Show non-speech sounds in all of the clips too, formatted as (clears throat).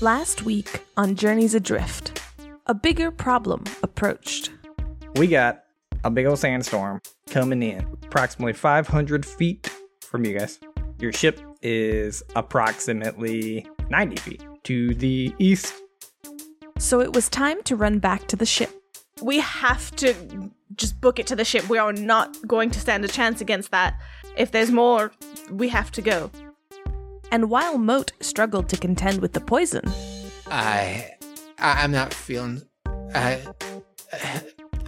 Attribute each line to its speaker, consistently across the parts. Speaker 1: Last week on Journeys Adrift, a bigger problem approached.
Speaker 2: we got a big old sandstorm coming in approximately 500 feet from you guys your ship is approximately 90 feet to the east
Speaker 1: So it was time to run back to the ship.
Speaker 3: we have to just book it to the ship. We are not going to stand a chance against that. If there's more, we have to go.
Speaker 1: And while Moat struggled to contend with the poison,
Speaker 4: I, I I'm not feeling. I,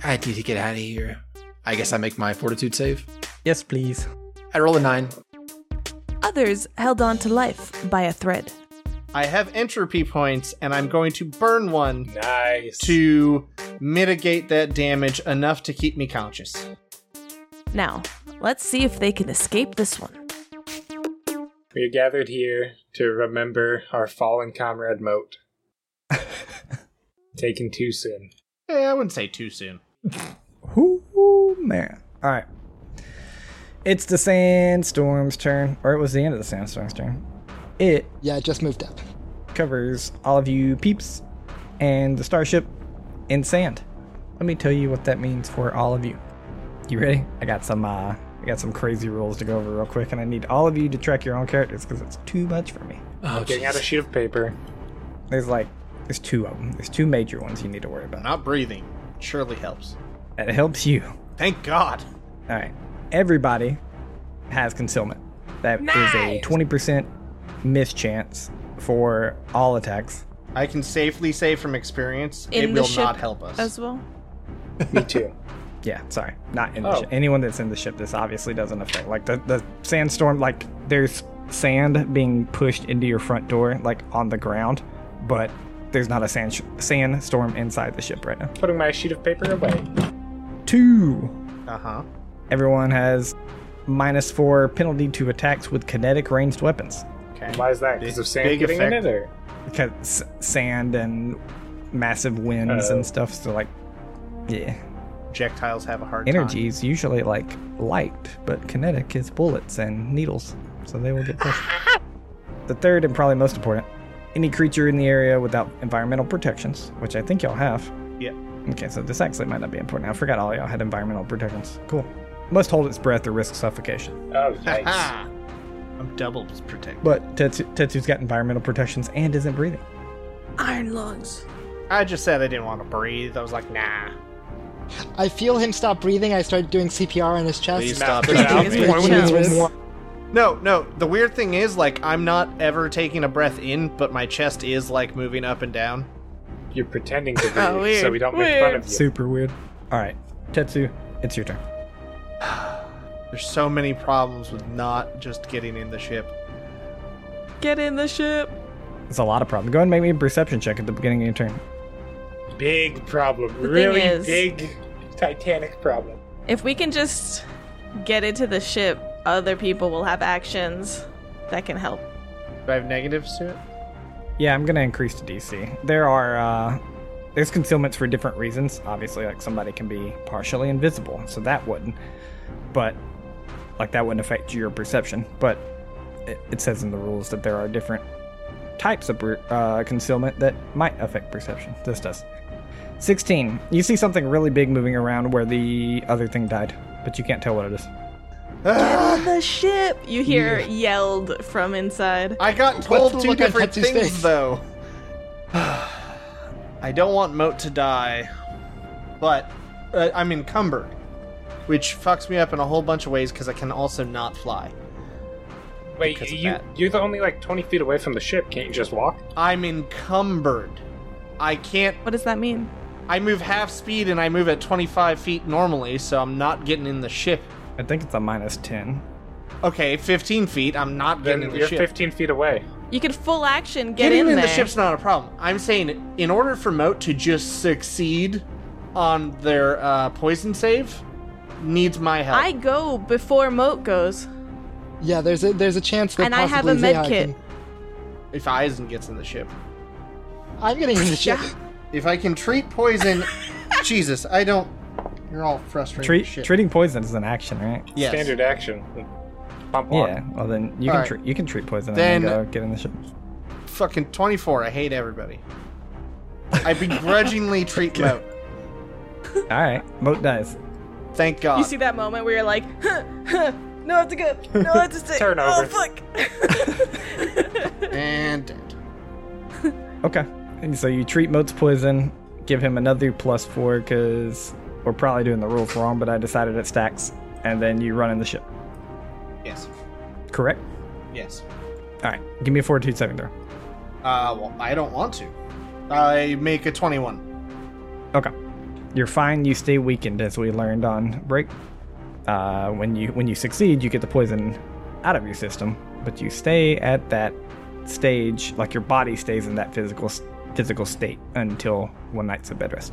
Speaker 4: I need to get out of here. I guess I make my fortitude save.
Speaker 2: yes please
Speaker 4: I roll a nine.
Speaker 1: others held on to life by a thread.
Speaker 5: I have entropy points, and I'm going to burn one
Speaker 6: Nice.
Speaker 5: to mitigate that damage enough to keep me conscious.
Speaker 1: Now, let's see if they can escape this one.
Speaker 6: We are gathered here to remember our fallen
Speaker 2: (laughs)
Speaker 6: comrade Moat. Taken too soon.
Speaker 5: Eh, I wouldn't say too soon.
Speaker 2: Ooh, man all right it's the sandstorm's turn or it was the end of the sandstorm's turn it
Speaker 7: Yeah, it just moved up.
Speaker 2: covers all of you peeps and the starship in sand. Let me tell you what that means for all of you. You ready? I got some uh I got some crazy rules to go over real quick and I need all of you to track your own characters cuz it's too much for me.
Speaker 4: Oh,
Speaker 6: Getting out a
Speaker 4: jeez.
Speaker 6: sheet of paper.
Speaker 2: There's like there's two of them. There's two major ones you need to worry about.
Speaker 5: Not breathing surely helps.
Speaker 2: That helps you.
Speaker 5: Thank God.
Speaker 2: All right. Everybody has concealment. That is a 20% mischance for all attacks.
Speaker 5: I can safely say from experience,
Speaker 3: In
Speaker 5: it
Speaker 3: the
Speaker 5: will
Speaker 3: ship
Speaker 5: not help us.
Speaker 3: As well?
Speaker 2: (laughs)
Speaker 6: Me too.
Speaker 2: Yeah, sorry, not in the
Speaker 6: Oh.
Speaker 2: ship. Anyone that's in the ship, this obviously doesn't affect. Like the the sandstorm, like there's sand being pushed into your front door, like on the ground, but there's not a sand sh- sandstorm inside the ship right now.
Speaker 6: Putting my sheet of paper away.
Speaker 2: Two.
Speaker 5: Uh huh.
Speaker 2: Everyone has minus four penalty to attacks with kinetic ranged weapons
Speaker 5: Okay.
Speaker 6: Why is that? Because
Speaker 5: Big-
Speaker 6: of sand
Speaker 5: big
Speaker 6: getting
Speaker 5: effect.
Speaker 6: in it, or
Speaker 2: because s- sand and massive winds
Speaker 6: Oh.
Speaker 2: and stuff. So like, yeah,
Speaker 5: Projectiles have a hard
Speaker 2: energy is usually like light, but kinetic is bullets and needles, so they will get pushed. the third and probably most important any creature in the area without environmental protections, which I think y'all have.
Speaker 5: Yeah.
Speaker 2: Okay, so this actually might not be important. I forgot all y'all had environmental protections. Cool. Must hold its breath or risk suffocation.
Speaker 5: (laughs)
Speaker 6: oh,
Speaker 5: time.
Speaker 6: yikes.
Speaker 5: Ha! Ah. I'm double protected.
Speaker 2: But Tetsu, Tetsu's got environmental protections and isn't breathing.
Speaker 1: Iron lungs.
Speaker 5: I just said I didn't want to breathe. I was like, nah.
Speaker 7: I feel him stop breathing. I start doing CPR on his chest.
Speaker 4: Please
Speaker 6: Now,
Speaker 4: stop.
Speaker 6: put
Speaker 4: Stop.
Speaker 6: out.
Speaker 7: Please
Speaker 1: One,
Speaker 7: stop.
Speaker 2: one,
Speaker 5: No, no. The weird thing is, like, I'm not ever taking a breath in, but my chest is like moving up and down.
Speaker 6: You're
Speaker 3: (laughs)
Speaker 6: pretending to be,
Speaker 3: Oh, weird.
Speaker 6: so we don't make fun of you.
Speaker 2: Super weird. All right, Tetsu, it's your turn.
Speaker 5: There's so many problems with not just getting in the ship.
Speaker 3: Get in the ship.
Speaker 2: It's a lot of problem. Go ahead and make me a perception check at the beginning of your turn.
Speaker 6: Big problem.
Speaker 3: thing
Speaker 6: really
Speaker 3: is-
Speaker 6: big, titanic problem.
Speaker 3: If we can just get into the ship, other people will have actions that can help.
Speaker 5: Do I have negatives to it? (sighs)
Speaker 2: Yeah, I'm gonna increase the DC. There are uh, there's concealments for different reasons. Obviously, like somebody can be partially invisible, so that wouldn't. But like that wouldn't affect your perception. But it, it says in the rules that there are different types of per- uh, concealment that might affect perception. This does. 16. You see something really big moving around where the other thing died, but you can't tell what it is.
Speaker 5: Ah.
Speaker 3: On the ship! You hear yelled from inside.
Speaker 5: I got
Speaker 7: What's
Speaker 5: told
Speaker 7: the
Speaker 5: two
Speaker 7: look on
Speaker 5: different
Speaker 7: Tetsu's
Speaker 5: things,
Speaker 7: face?
Speaker 5: though. (sighs) I don't want Moat to die, but uh, I'm encumbered, which fucks me up in a whole bunch of ways because I can also not fly.
Speaker 6: Wait,
Speaker 5: Because of
Speaker 6: you,
Speaker 5: that.
Speaker 6: you're the only like 20 feet away from the ship. Can't you just walk?
Speaker 5: I'm encumbered. I can't.
Speaker 3: What does that mean?
Speaker 5: I move half speed and I move at 25 feet normally, so I'm not getting in the ship.
Speaker 2: I think it's a minus 10.
Speaker 5: Okay, 15 feet. I'm not
Speaker 6: Then
Speaker 5: getting in the
Speaker 6: you're
Speaker 5: ship.
Speaker 6: 15 feet away.
Speaker 3: You can full action get
Speaker 5: Getting
Speaker 3: in,
Speaker 5: in
Speaker 3: there.
Speaker 5: the ship's not a problem. I'm saying, in order for Moat to just succeed on their uh, poison save, needs my help.
Speaker 3: I go before Moat goes.
Speaker 7: Yeah, there's a there's a chance that
Speaker 3: And I have
Speaker 7: possibly
Speaker 3: a med
Speaker 7: Zeha
Speaker 3: kit.
Speaker 7: can-
Speaker 5: If Eisen gets in the ship,
Speaker 7: I'm getting in the ship.
Speaker 5: if I can treat
Speaker 3: (laughs)
Speaker 5: poison, Jesus, I don't. You're all frustrated.
Speaker 2: Treat,
Speaker 5: as shit.
Speaker 2: treating poison is an action, right?
Speaker 5: Yes.
Speaker 6: Standard action. Bump walk.
Speaker 2: Yeah, well then you can
Speaker 5: Alright.
Speaker 2: treat you can treat poison
Speaker 5: Then- (laughs)
Speaker 2: and then go get in the ship.
Speaker 5: fucking 24. I hate everybody. I
Speaker 2: (laughs)
Speaker 5: begrudgingly treat Moat.
Speaker 2: All right, Moat dies.
Speaker 5: Thank God.
Speaker 3: You see that moment where you're like, (laughs) huh, huh, no, it's a good, no, it's a sick.
Speaker 6: Turn
Speaker 3: Oh
Speaker 6: over.
Speaker 3: fuck! (laughs)
Speaker 5: and dead.
Speaker 2: Okay, and so you treat Moat's poison, give him another plus four because we're probably doing the rules wrong, but I decided it stacks, and then you run in the ship.
Speaker 5: Yes.
Speaker 2: Correct.
Speaker 5: Yes.
Speaker 2: All right, give me a fortitude saving throw.
Speaker 5: Uh, well, I don't want to. I make a 21.
Speaker 2: Okay. You're fine. You stay weakened, as we learned on break. Uh, when you when you succeed, you get the poison out of your system, but you stay at that stage, like your body stays in that physical s- physical state until one night's of bed rest.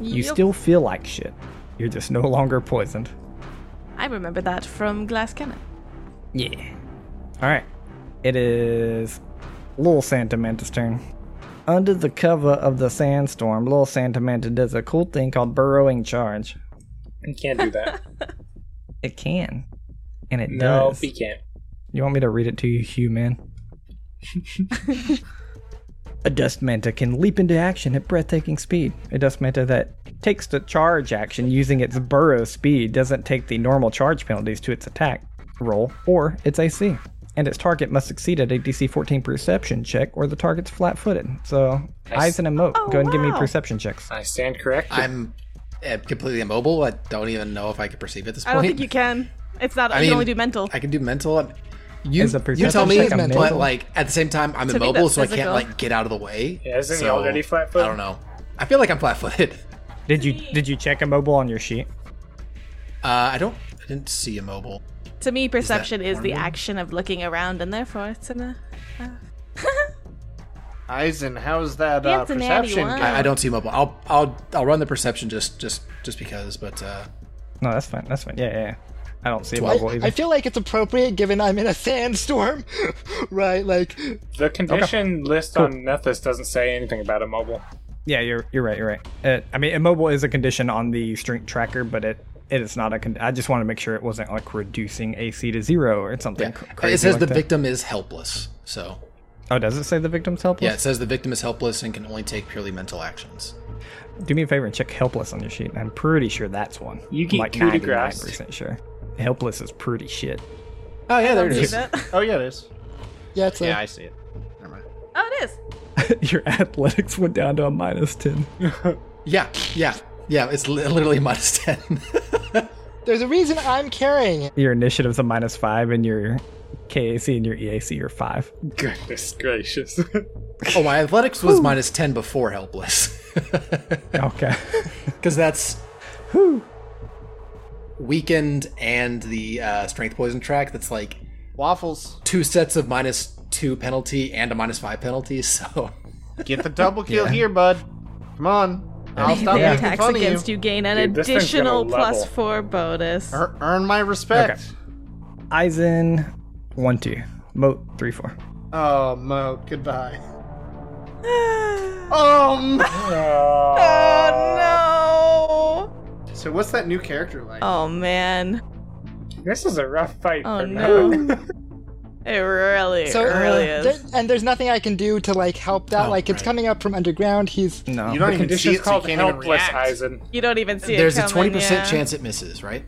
Speaker 2: You
Speaker 3: Yep.
Speaker 2: still feel like shit. You're just no longer poisoned.
Speaker 3: I remember that from Glass Cannon.
Speaker 2: Yeah. All right. It is Little Santa Manta's turn. Under the cover of the sandstorm, Little Santa Manta does a cool thing called burrowing charge.
Speaker 6: He can't do
Speaker 3: (laughs)
Speaker 6: that.
Speaker 2: It can. And it
Speaker 6: no,
Speaker 2: does.
Speaker 6: he can't.
Speaker 2: You want me to read it to you, Hugh, man?
Speaker 6: (laughs)
Speaker 2: a dust manta can leap into action at breathtaking speed. A dust manta that takes the charge action using its burrow speed doesn't take the normal charge penalties to its attack roll or its AC. And its target must succeed at a DC 14 perception check or the target's flat footed. So, Eisen and Moat, go and give me perception checks.
Speaker 6: I stand corrected.
Speaker 4: I'm uh, completely immobile. I don't even know if I could perceive at this
Speaker 3: I
Speaker 4: point.
Speaker 3: don't think you can. It's not.
Speaker 4: I
Speaker 3: you
Speaker 4: mean,
Speaker 3: can only do mental.
Speaker 4: I can do mental. I'm- You,
Speaker 2: Is a
Speaker 4: you tell
Speaker 2: perception
Speaker 4: me,
Speaker 2: check a
Speaker 4: but
Speaker 2: mental?
Speaker 4: like at the same time, I'm
Speaker 3: me,
Speaker 4: immobile,
Speaker 3: that's
Speaker 4: so I can't
Speaker 3: physical.
Speaker 4: like get out of the way.
Speaker 6: Yeah, isn't he
Speaker 4: So,
Speaker 6: already flat-footed?
Speaker 4: I don't know. I feel like I'm flat-footed. (laughs) Uh,
Speaker 2: Did you did you check immobile on your sheet?
Speaker 4: Uh, I don't. I didn't see immobble.
Speaker 3: to me, perception is, the
Speaker 4: horrible?
Speaker 3: action of looking around, and therefore it's uh, in a.
Speaker 5: Eisen, how's that
Speaker 3: Yeah,
Speaker 5: uh,
Speaker 3: it's a natty
Speaker 5: perception
Speaker 3: one.
Speaker 5: going?
Speaker 4: I, I don't see immobile. I'll I'll I'll run the perception just just just because. But uh,
Speaker 2: No, that's fine. That's fine. Yeah, yeah. yeah. I don't see immobile
Speaker 7: I,
Speaker 2: either.
Speaker 7: I feel like it's appropriate given I'm in a sandstorm, (laughs) right? Like,
Speaker 6: the condition list on Nethus doesn't say anything about a mobile.
Speaker 2: Yeah, you're you're right. You're right. It, I mean, immobile is a condition on the strength tracker, but it it is not a. Con- I just want to make sure it wasn't like reducing AC to zero or something. cr- crazy
Speaker 4: it says
Speaker 2: like
Speaker 4: the
Speaker 2: that.
Speaker 4: victim is helpless. So
Speaker 2: Oh, does it say the victim's helpless?
Speaker 4: yeah, it says the victim is helpless and can only take purely mental actions.
Speaker 2: Do me a favor and check helpless on your sheet. I'm pretty sure that's one.
Speaker 6: You get
Speaker 2: like
Speaker 6: coup de
Speaker 2: 99
Speaker 6: grace.
Speaker 2: percent sure. Helpless is pretty shit. (laughs)
Speaker 4: Oh yeah, there it
Speaker 3: See
Speaker 4: is.
Speaker 3: that?
Speaker 5: Oh, yeah, it is.
Speaker 7: yeah, it's a,
Speaker 5: Yeah, I see it. Never mind.
Speaker 3: Oh, it is.
Speaker 2: your athletics went down to a minus ten.
Speaker 4: (laughs) Yeah, yeah, yeah. It's li- literally minus ten. (laughs)
Speaker 7: there's a reason I'm carrying it.
Speaker 2: Your initiative's a minus five, and your KAC and your EAC are
Speaker 4: (laughs)
Speaker 2: five.
Speaker 6: Goodness gracious. (laughs)
Speaker 4: oh, my athletics was minus ten before helpless. (laughs)
Speaker 2: Okay.
Speaker 4: because that's weakened and the uh, strength poison track that's like
Speaker 5: Waffles,
Speaker 4: two sets of minus two penalty and a minus five penalty (laughs) so
Speaker 5: get the double kill
Speaker 3: (laughs)
Speaker 5: here, bud. Come on. I'll stop
Speaker 3: Their
Speaker 5: making
Speaker 3: attacks
Speaker 5: fun of you.
Speaker 3: against you. gain an
Speaker 6: Dude, this thing's
Speaker 3: additional
Speaker 6: gonna
Speaker 3: plus
Speaker 6: level.
Speaker 3: four bonus.
Speaker 5: Ear- Er, Earn my respect.
Speaker 2: Eisen, one two. Moat three four.
Speaker 5: Oh, Moat,
Speaker 3: (sighs)
Speaker 5: goodbye. oh, Moat.
Speaker 3: oh no!
Speaker 5: So, what's that new character like?
Speaker 3: Oh man!
Speaker 6: this is a rough fight
Speaker 3: Oh
Speaker 6: for Nethus.
Speaker 3: no! it really,
Speaker 7: So, uh,
Speaker 3: really is.
Speaker 7: there- and there's nothing I can do to like help that.
Speaker 4: Oh,
Speaker 7: like, it's
Speaker 4: right.
Speaker 7: coming up from underground. He's
Speaker 2: No.
Speaker 5: you don't
Speaker 6: The
Speaker 5: even
Speaker 6: (laughs)
Speaker 5: see
Speaker 6: condition's
Speaker 5: it, so you
Speaker 6: called
Speaker 5: can't even
Speaker 6: helpless,
Speaker 5: react.
Speaker 6: Eisen.
Speaker 3: you don't even see
Speaker 4: there's
Speaker 3: it
Speaker 4: a
Speaker 3: coming.
Speaker 4: 20%
Speaker 3: yeah.
Speaker 4: chance it misses right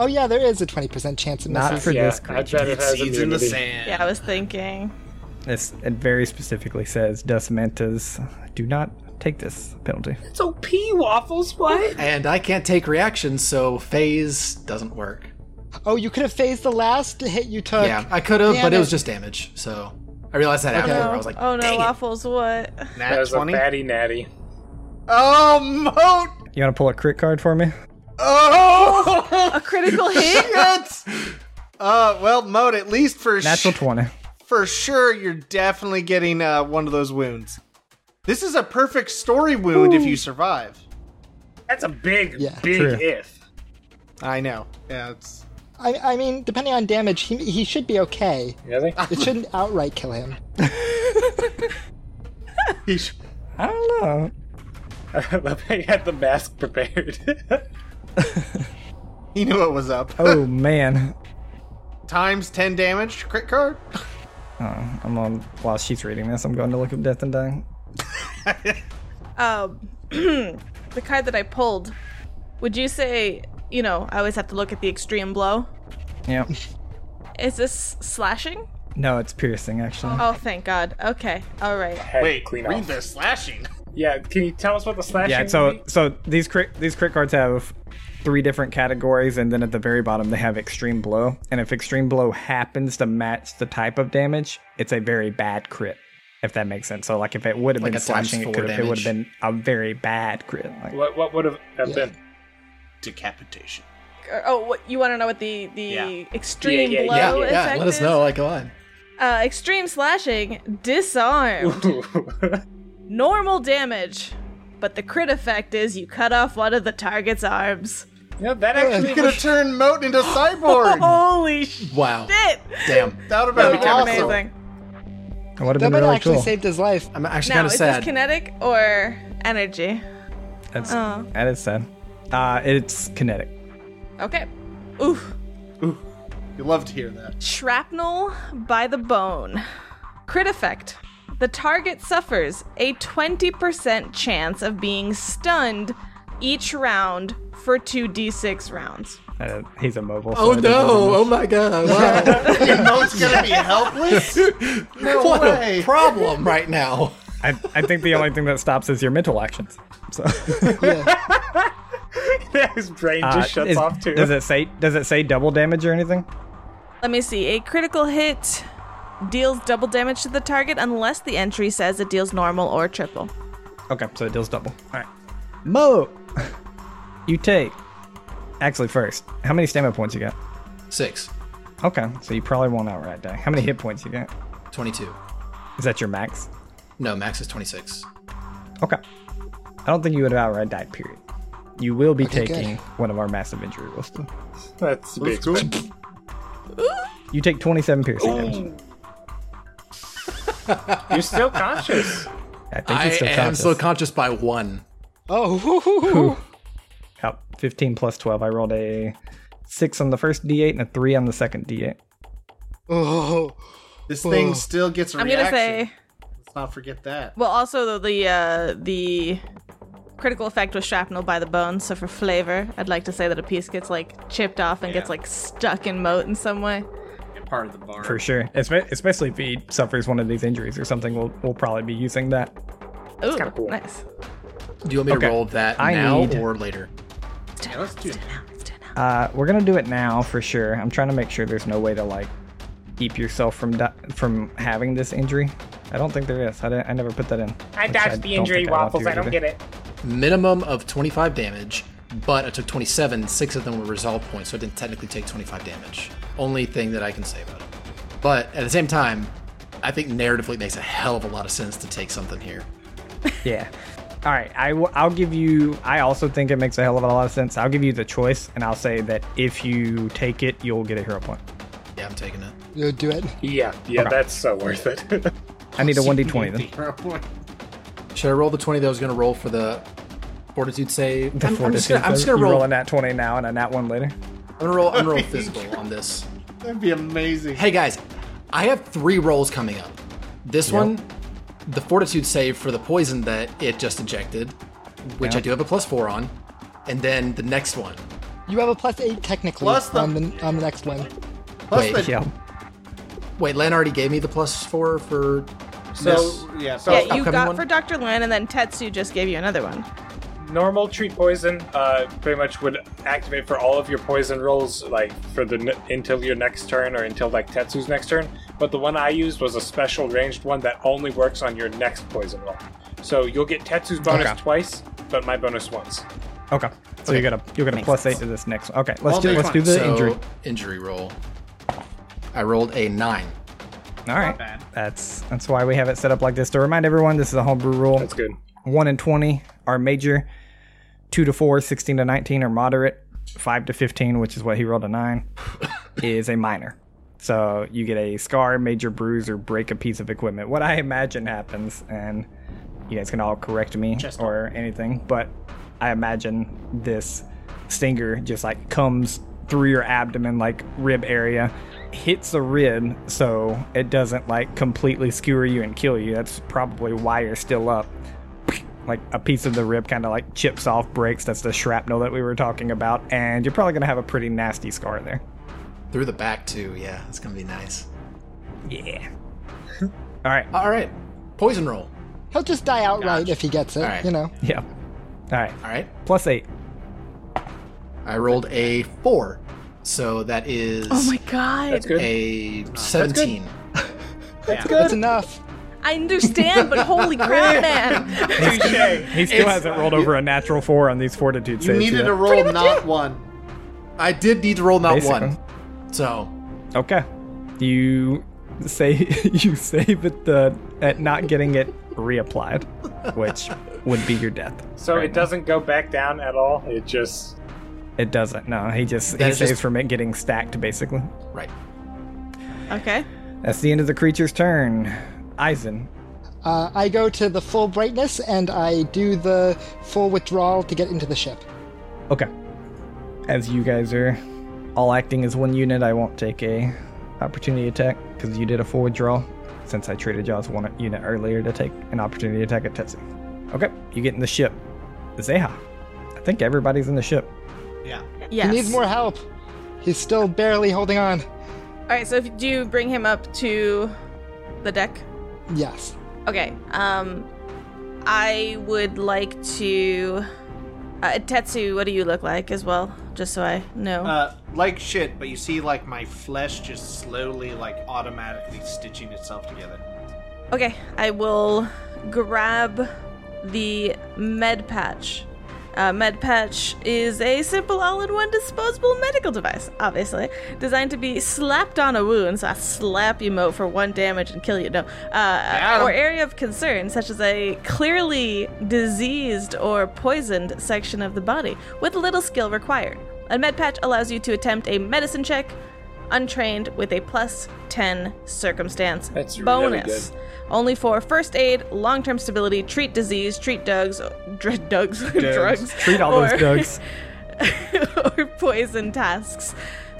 Speaker 7: oh yeah, there is a twenty percent chance it
Speaker 2: Not
Speaker 7: misses.
Speaker 2: for
Speaker 6: Yeah,
Speaker 2: this
Speaker 6: I
Speaker 2: creature.
Speaker 6: bet it has
Speaker 5: Seeds in the
Speaker 6: immunity.
Speaker 5: sand.
Speaker 3: Yeah, I was thinking.
Speaker 2: This it very specifically says dust mantas do not take this penalty.
Speaker 6: It's OP waffles, what?
Speaker 4: and i can't take reactions so phase doesn't work
Speaker 7: oh, you could have phased the last hit you took.
Speaker 4: yeah i could have but
Speaker 7: Damn
Speaker 4: it was
Speaker 7: it.
Speaker 4: just damage so i realized that after i was like
Speaker 3: oh no,
Speaker 4: Dang it.
Speaker 3: waffles! What?
Speaker 5: Nat
Speaker 6: That was a
Speaker 5: 20.
Speaker 6: fatty natty.
Speaker 5: Oh, Moat.
Speaker 2: You want to pull a crit card for me?
Speaker 3: (laughs)
Speaker 5: Oh,
Speaker 3: A
Speaker 4: (laughs)
Speaker 3: critical
Speaker 5: (laughs)
Speaker 3: hit?
Speaker 5: shit. Uh, well, Moat, at least for
Speaker 2: Natural
Speaker 5: sh-
Speaker 2: twenty.
Speaker 5: for sure, you're definitely getting uh, one of those wounds. This is a perfect story wound if you survive.
Speaker 6: That's a big,
Speaker 7: Yeah,
Speaker 6: big
Speaker 2: true.
Speaker 6: if.
Speaker 5: I know. Yeah, it's
Speaker 7: I, I mean, depending on damage, he he should be okay.
Speaker 6: Really?
Speaker 7: It shouldn't outright kill him.
Speaker 2: I don't know.
Speaker 6: (laughs) I love how you had the mask prepared. (laughs)
Speaker 5: he (laughs) knew what was up.
Speaker 2: Oh man.
Speaker 5: Times ten damage, crit card.
Speaker 2: Uh, I'm on while she's reading this. I'm going to look up death and dying.
Speaker 3: Um, (clears throat) the card that I pulled, would you say, you know, I always have to look at the extreme blow?
Speaker 2: Yep.
Speaker 3: Is this slashing?
Speaker 2: No, it's piercing actually.
Speaker 3: Oh, thank God. Okay, all right.
Speaker 6: Head
Speaker 5: Wait,
Speaker 6: clean
Speaker 5: read
Speaker 6: off.
Speaker 5: the slashing.
Speaker 6: Yeah, can you tell us what the slashing?
Speaker 2: Yeah, so
Speaker 6: would be?
Speaker 2: so these crit these crit cards have three different categories, and then at the very bottom they have extreme blow. And if extreme blow happens to match the type of damage, it's a very bad crit. If that makes sense. So like if it would have
Speaker 4: Like
Speaker 2: been
Speaker 4: a times
Speaker 2: slashing, it
Speaker 4: four
Speaker 2: could have it would have been
Speaker 4: damage.
Speaker 2: a very bad crit. Like,
Speaker 6: what what would have have
Speaker 7: Yeah.
Speaker 6: been?
Speaker 5: Decapitation.
Speaker 3: Oh, what, you want to know what the the
Speaker 5: Yeah.
Speaker 3: extreme
Speaker 6: Yeah, yeah,
Speaker 3: blow
Speaker 6: yeah,
Speaker 3: effect
Speaker 4: yeah, let us
Speaker 3: is?
Speaker 4: know. Like, go on.
Speaker 3: Uh, extreme slashing, disarm, normal damage, but the crit effect is you cut off one of the target's arms.
Speaker 6: yeah, that
Speaker 2: (laughs)
Speaker 6: actually (laughs)
Speaker 5: You're gonna turn Moat into cyborg.
Speaker 3: Holy shit!
Speaker 4: Wow. Damn.
Speaker 5: that would
Speaker 3: That
Speaker 5: have
Speaker 3: would
Speaker 5: been
Speaker 3: be
Speaker 5: awesome.
Speaker 3: amazing.
Speaker 2: It would have been
Speaker 7: That might have
Speaker 2: really
Speaker 7: actually
Speaker 2: cool.
Speaker 7: saved his life.
Speaker 4: I'm actually
Speaker 3: Now,
Speaker 4: kind of
Speaker 3: is
Speaker 4: sad.
Speaker 3: this kinetic or energy?
Speaker 2: That's, that is sad. Uh, it's kinetic.
Speaker 3: Okay. Oof.
Speaker 5: You love to hear that.
Speaker 3: Shrapnel by the bone. Crit effect. The target suffers a 20% chance of being stunned each round for 2d6 rounds.
Speaker 2: Uh, he's immobile.
Speaker 4: Oh
Speaker 2: so it doesn't
Speaker 4: no!
Speaker 2: matter.
Speaker 4: Oh my
Speaker 3: (laughs)
Speaker 4: god! Wow.
Speaker 5: Your Moat's gonna be helpless. No
Speaker 4: what
Speaker 5: way.
Speaker 4: a problem right now.
Speaker 2: I, I think the only thing that stops is your mental actions. So
Speaker 6: his brain
Speaker 2: Uh,
Speaker 6: just shuts
Speaker 2: is-
Speaker 6: off too.
Speaker 2: Does it say does it say double damage or anything?
Speaker 3: Let me see. A critical hit deals double damage to the target unless the entry says it deals normal or triple.
Speaker 2: Okay, so it deals double. All right. Mo, you take. Actually, first, how many stamina points you got?
Speaker 4: (laughs) Six.
Speaker 2: Okay, so you probably won't outright die. How many hit points you got?
Speaker 4: 22.
Speaker 2: Is that your max?
Speaker 4: No, max is 26.
Speaker 2: Okay. I don't think you would have outright died. Period. You will be
Speaker 7: Okay, good.
Speaker 2: taking one of our massive injury rolls. though.
Speaker 6: (laughs) That's a big.
Speaker 2: You take 27 piercing damage.
Speaker 6: You're
Speaker 2: (laughs)
Speaker 6: still conscious.
Speaker 2: I think
Speaker 4: I
Speaker 2: you're still
Speaker 4: am
Speaker 2: conscious.
Speaker 4: still conscious by one.
Speaker 7: Oh, (laughs) hoo, hoo, hoo.
Speaker 2: Yep, 15 plus 12. I rolled a six on the first d8 and a three on the second d8.
Speaker 7: oh.
Speaker 5: This thing still gets a
Speaker 3: I'm
Speaker 5: reaction.
Speaker 3: gonna say.
Speaker 5: Let's not forget that.
Speaker 3: Well, also the the, uh, the critical effect was shrapnel by the bone. So for flavor, I'd like to say that a piece gets like chipped off and gets like stuck in moat in some way.
Speaker 5: part of the bar.
Speaker 2: For sure. Espe- especially if he suffers one of these injuries or something, we'll, we'll probably be using that.
Speaker 3: Ooh,
Speaker 6: kinda cool.
Speaker 3: nice.
Speaker 4: Do you want me
Speaker 2: Okay.
Speaker 4: to roll that
Speaker 2: I
Speaker 4: now
Speaker 2: need-
Speaker 4: or later?
Speaker 5: Yeah, let's (laughs) do that.
Speaker 3: Let's do it now.
Speaker 2: Uh, we're gonna do it now for sure. I'm trying to make sure there's no way to like keep yourself from di- from having this injury. I don't think there is. I, didn't, I never put that in.
Speaker 6: I
Speaker 2: Which
Speaker 6: dodged the
Speaker 2: don't
Speaker 6: injury
Speaker 2: think I want
Speaker 6: waffles.
Speaker 2: to
Speaker 6: I don't
Speaker 2: either.
Speaker 6: get it.
Speaker 4: Minimum of 25 damage, but I took 27. Six of them were resolve points, so I didn't technically take 25 damage. Only thing that I can say about it. But at the same time, I think narratively it makes a hell of a lot of sense to take something here.
Speaker 2: Yeah. All right. I w- I'll give you. I also think it makes a hell of a lot of sense. I'll give you the choice, and I'll say that if you take it, you'll get a hero point.
Speaker 4: Yeah, I'm taking it.
Speaker 7: You do it.
Speaker 6: Yeah, yeah,
Speaker 2: Okay.
Speaker 6: that's so worth it.
Speaker 2: I need a 1d20 then.
Speaker 4: Should I roll the 20 that I was going to roll for the fortitude save?
Speaker 2: The
Speaker 4: I'm, I'm just
Speaker 2: fortitude
Speaker 4: gonna- I'm just
Speaker 2: save.
Speaker 4: going to
Speaker 2: You
Speaker 4: roll.
Speaker 2: a nat 20 now and a nat one later.
Speaker 4: I'm going to roll,
Speaker 2: (laughs)
Speaker 4: I'm gonna roll physical on this.
Speaker 5: That'd be amazing.
Speaker 4: Hey guys, I have three rolls coming up. This one, the fortitude save for the poison that it just ejected, which I
Speaker 2: Yep.
Speaker 4: do have a plus four on, and then the next one.
Speaker 7: You have a plus eight technically
Speaker 5: Plus the-
Speaker 7: on the on the next one.
Speaker 5: Plus
Speaker 4: wait,
Speaker 5: the-
Speaker 2: Yeah.
Speaker 4: Wait, Len already gave me the plus four for. this?
Speaker 5: So yeah, so
Speaker 3: yeah, you
Speaker 4: upcoming
Speaker 3: got
Speaker 4: one?
Speaker 3: for Dr. Lin, and then Tetsu just gave you another one.
Speaker 6: Normal treat poison uh, pretty much would activate for all of your poison rolls, like for the n- until your next turn or until like Tetsu's next turn. But the one I used was a special ranged one that only works on your next poison roll. So you'll get Tetsu's bonus
Speaker 2: Okay.
Speaker 6: twice, but my bonus once.
Speaker 2: Okay. So you got a you got a
Speaker 3: Makes
Speaker 2: plus
Speaker 3: sense.
Speaker 2: eight to this next one. Okay. Let's
Speaker 5: All
Speaker 2: do
Speaker 5: day
Speaker 2: let's do
Speaker 5: fine.
Speaker 2: the
Speaker 4: so,
Speaker 2: injury.
Speaker 4: injury roll. I rolled a nine.
Speaker 2: All right.
Speaker 5: bad.
Speaker 2: That's that's why we have it set up like this to remind everyone. This is a homebrew rule.
Speaker 6: That's good.
Speaker 2: One and twenty are major. Two to four, 16 to nineteen are moderate. Five to fifteen, which is what he rolled a nine, is a minor. So you get a scar, major bruise, or break a piece of equipment. What I imagine happens, and you guys can all correct me or anything, but I imagine this stinger just like comes through your abdomen, like rib area, hits a rib, so it doesn't like completely skewer you and kill you. That's probably why you're still up. Like a piece of the rib kind of like chips off, breaks. That's the shrapnel that we were talking about, and you're probably gonna have a pretty nasty scar there.
Speaker 4: Through the back, too. Yeah, it's going to be nice.
Speaker 2: Yeah. All right.
Speaker 4: All right. Poison roll.
Speaker 7: He'll just die outright if he gets it,
Speaker 4: Alright.
Speaker 7: you know.
Speaker 2: Yeah. All right.
Speaker 4: All right.
Speaker 2: Plus eight.
Speaker 4: I rolled a four. So that is
Speaker 3: Oh my god.
Speaker 6: That's good.
Speaker 4: a 17.
Speaker 7: That's enough.
Speaker 3: I understand, but (laughs) holy crap, man.
Speaker 2: He still hasn't rolled over a natural four on these fortitude
Speaker 5: You
Speaker 2: saves.
Speaker 5: needed
Speaker 2: yet.
Speaker 5: to roll not one.
Speaker 4: I did need to roll not
Speaker 2: Basically.
Speaker 4: one. So
Speaker 2: Okay. You say (laughs) you save at the at not getting it reapplied, which would be your death.
Speaker 6: So
Speaker 2: Right
Speaker 6: it doesn't go back down at all. It just
Speaker 2: It doesn't. No, he just
Speaker 4: That
Speaker 2: he
Speaker 4: is
Speaker 2: saves
Speaker 4: just-
Speaker 2: from it getting stacked. Basically,
Speaker 4: right.
Speaker 3: Okay.
Speaker 2: that's the end of the creature's turn. Eisen.
Speaker 7: Uh, I go to the full brightness and I do the full withdrawal to get into the ship.
Speaker 2: Okay. As you guys are all acting as one unit, I won't take a opportunity attack because you did a forward draw. Since I treated y'all as one unit earlier to take an opportunity attack at Tetsu. Okay, you get in the ship. Zeha. I think everybody's in the ship.
Speaker 5: Yeah.
Speaker 3: Yes.
Speaker 7: He needs more help. He's still barely holding on.
Speaker 3: All right. So if, do you bring him up to the deck?
Speaker 7: Yes.
Speaker 3: Okay. Um, I would like to. Uh, Tetsu, what do you look like as well? Just so I know.
Speaker 5: Uh, like shit, but you see, like my flesh just slowly, like automatically stitching itself together.
Speaker 3: okay. I will grab the med patch. Uh, med patch is a simple all-in-one disposable medical device, obviously designed to be slapped on a wound. So I slap you, Mo, for one damage and kill you. No, uh,
Speaker 5: him.
Speaker 3: or area of concern, such as a clearly diseased or poisoned section of the body, with little skill required. A med patch allows you to attempt a medicine check, untrained, with a plus ten circumstance
Speaker 6: That's really
Speaker 3: bonus. Only for first aid, long-term stability, treat disease, treat (laughs) dugs, dread dugs, drugs,
Speaker 2: Treat all
Speaker 3: or-
Speaker 2: those dugs.
Speaker 3: (laughs) or poison tasks.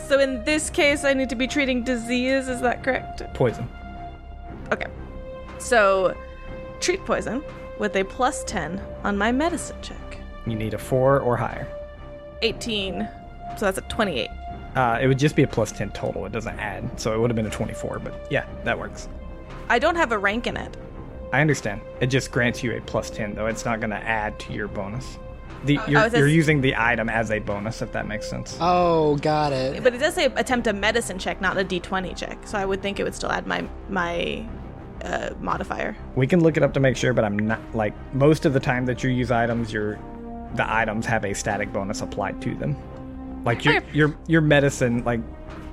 Speaker 3: So in this case, I need to be treating disease, is that correct?
Speaker 2: Poison.
Speaker 3: Okay. So treat poison with a plus 10 on my medicine check.
Speaker 2: You need a four or higher.
Speaker 3: 18. So that's a 28.
Speaker 2: Uh, it would just be a plus 10 total. It doesn't add. So it would have been a 24, but yeah, that works.
Speaker 3: I don't have a rank in it.
Speaker 2: I understand. It just grants you a plus 10, though. It's not going to add to your bonus. The, you're,
Speaker 3: oh, it says-
Speaker 2: you're using the item as a bonus, if that makes sense.
Speaker 7: Oh, got it.
Speaker 3: But it does say attempt a medicine check, not a d20 check. So I would think it would still add my my uh, modifier.
Speaker 2: We can look it up to make sure, but I'm not like most of the time that you use items, your the items have a static bonus applied to them. Like your
Speaker 3: Okay.
Speaker 2: your your medicine, like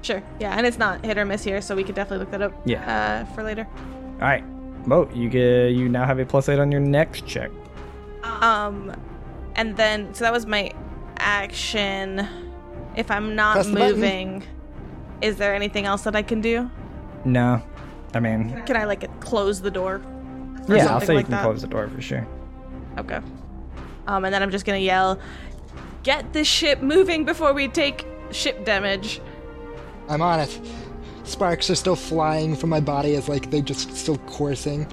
Speaker 3: Sure. Yeah, and it's not hit or miss here, so we could definitely look that up
Speaker 2: Yeah.
Speaker 3: uh, for later.
Speaker 2: all right, Mo, you get you now have a plus eight on your next check.
Speaker 3: Um, and then so that was my action. If I'm not
Speaker 7: Press the button.
Speaker 3: moving, is there anything else that I can do?
Speaker 2: No, I mean,
Speaker 3: Can I like close the door? or
Speaker 2: yeah, I'll
Speaker 3: something
Speaker 2: say you
Speaker 3: like
Speaker 2: can
Speaker 3: that?
Speaker 2: close the door for sure.
Speaker 3: Okay. Um, and then I'm just gonna yell, "Get this ship moving before we take ship damage."
Speaker 7: I'm on it. Sparks are still flying from my body as like they're just still coursing.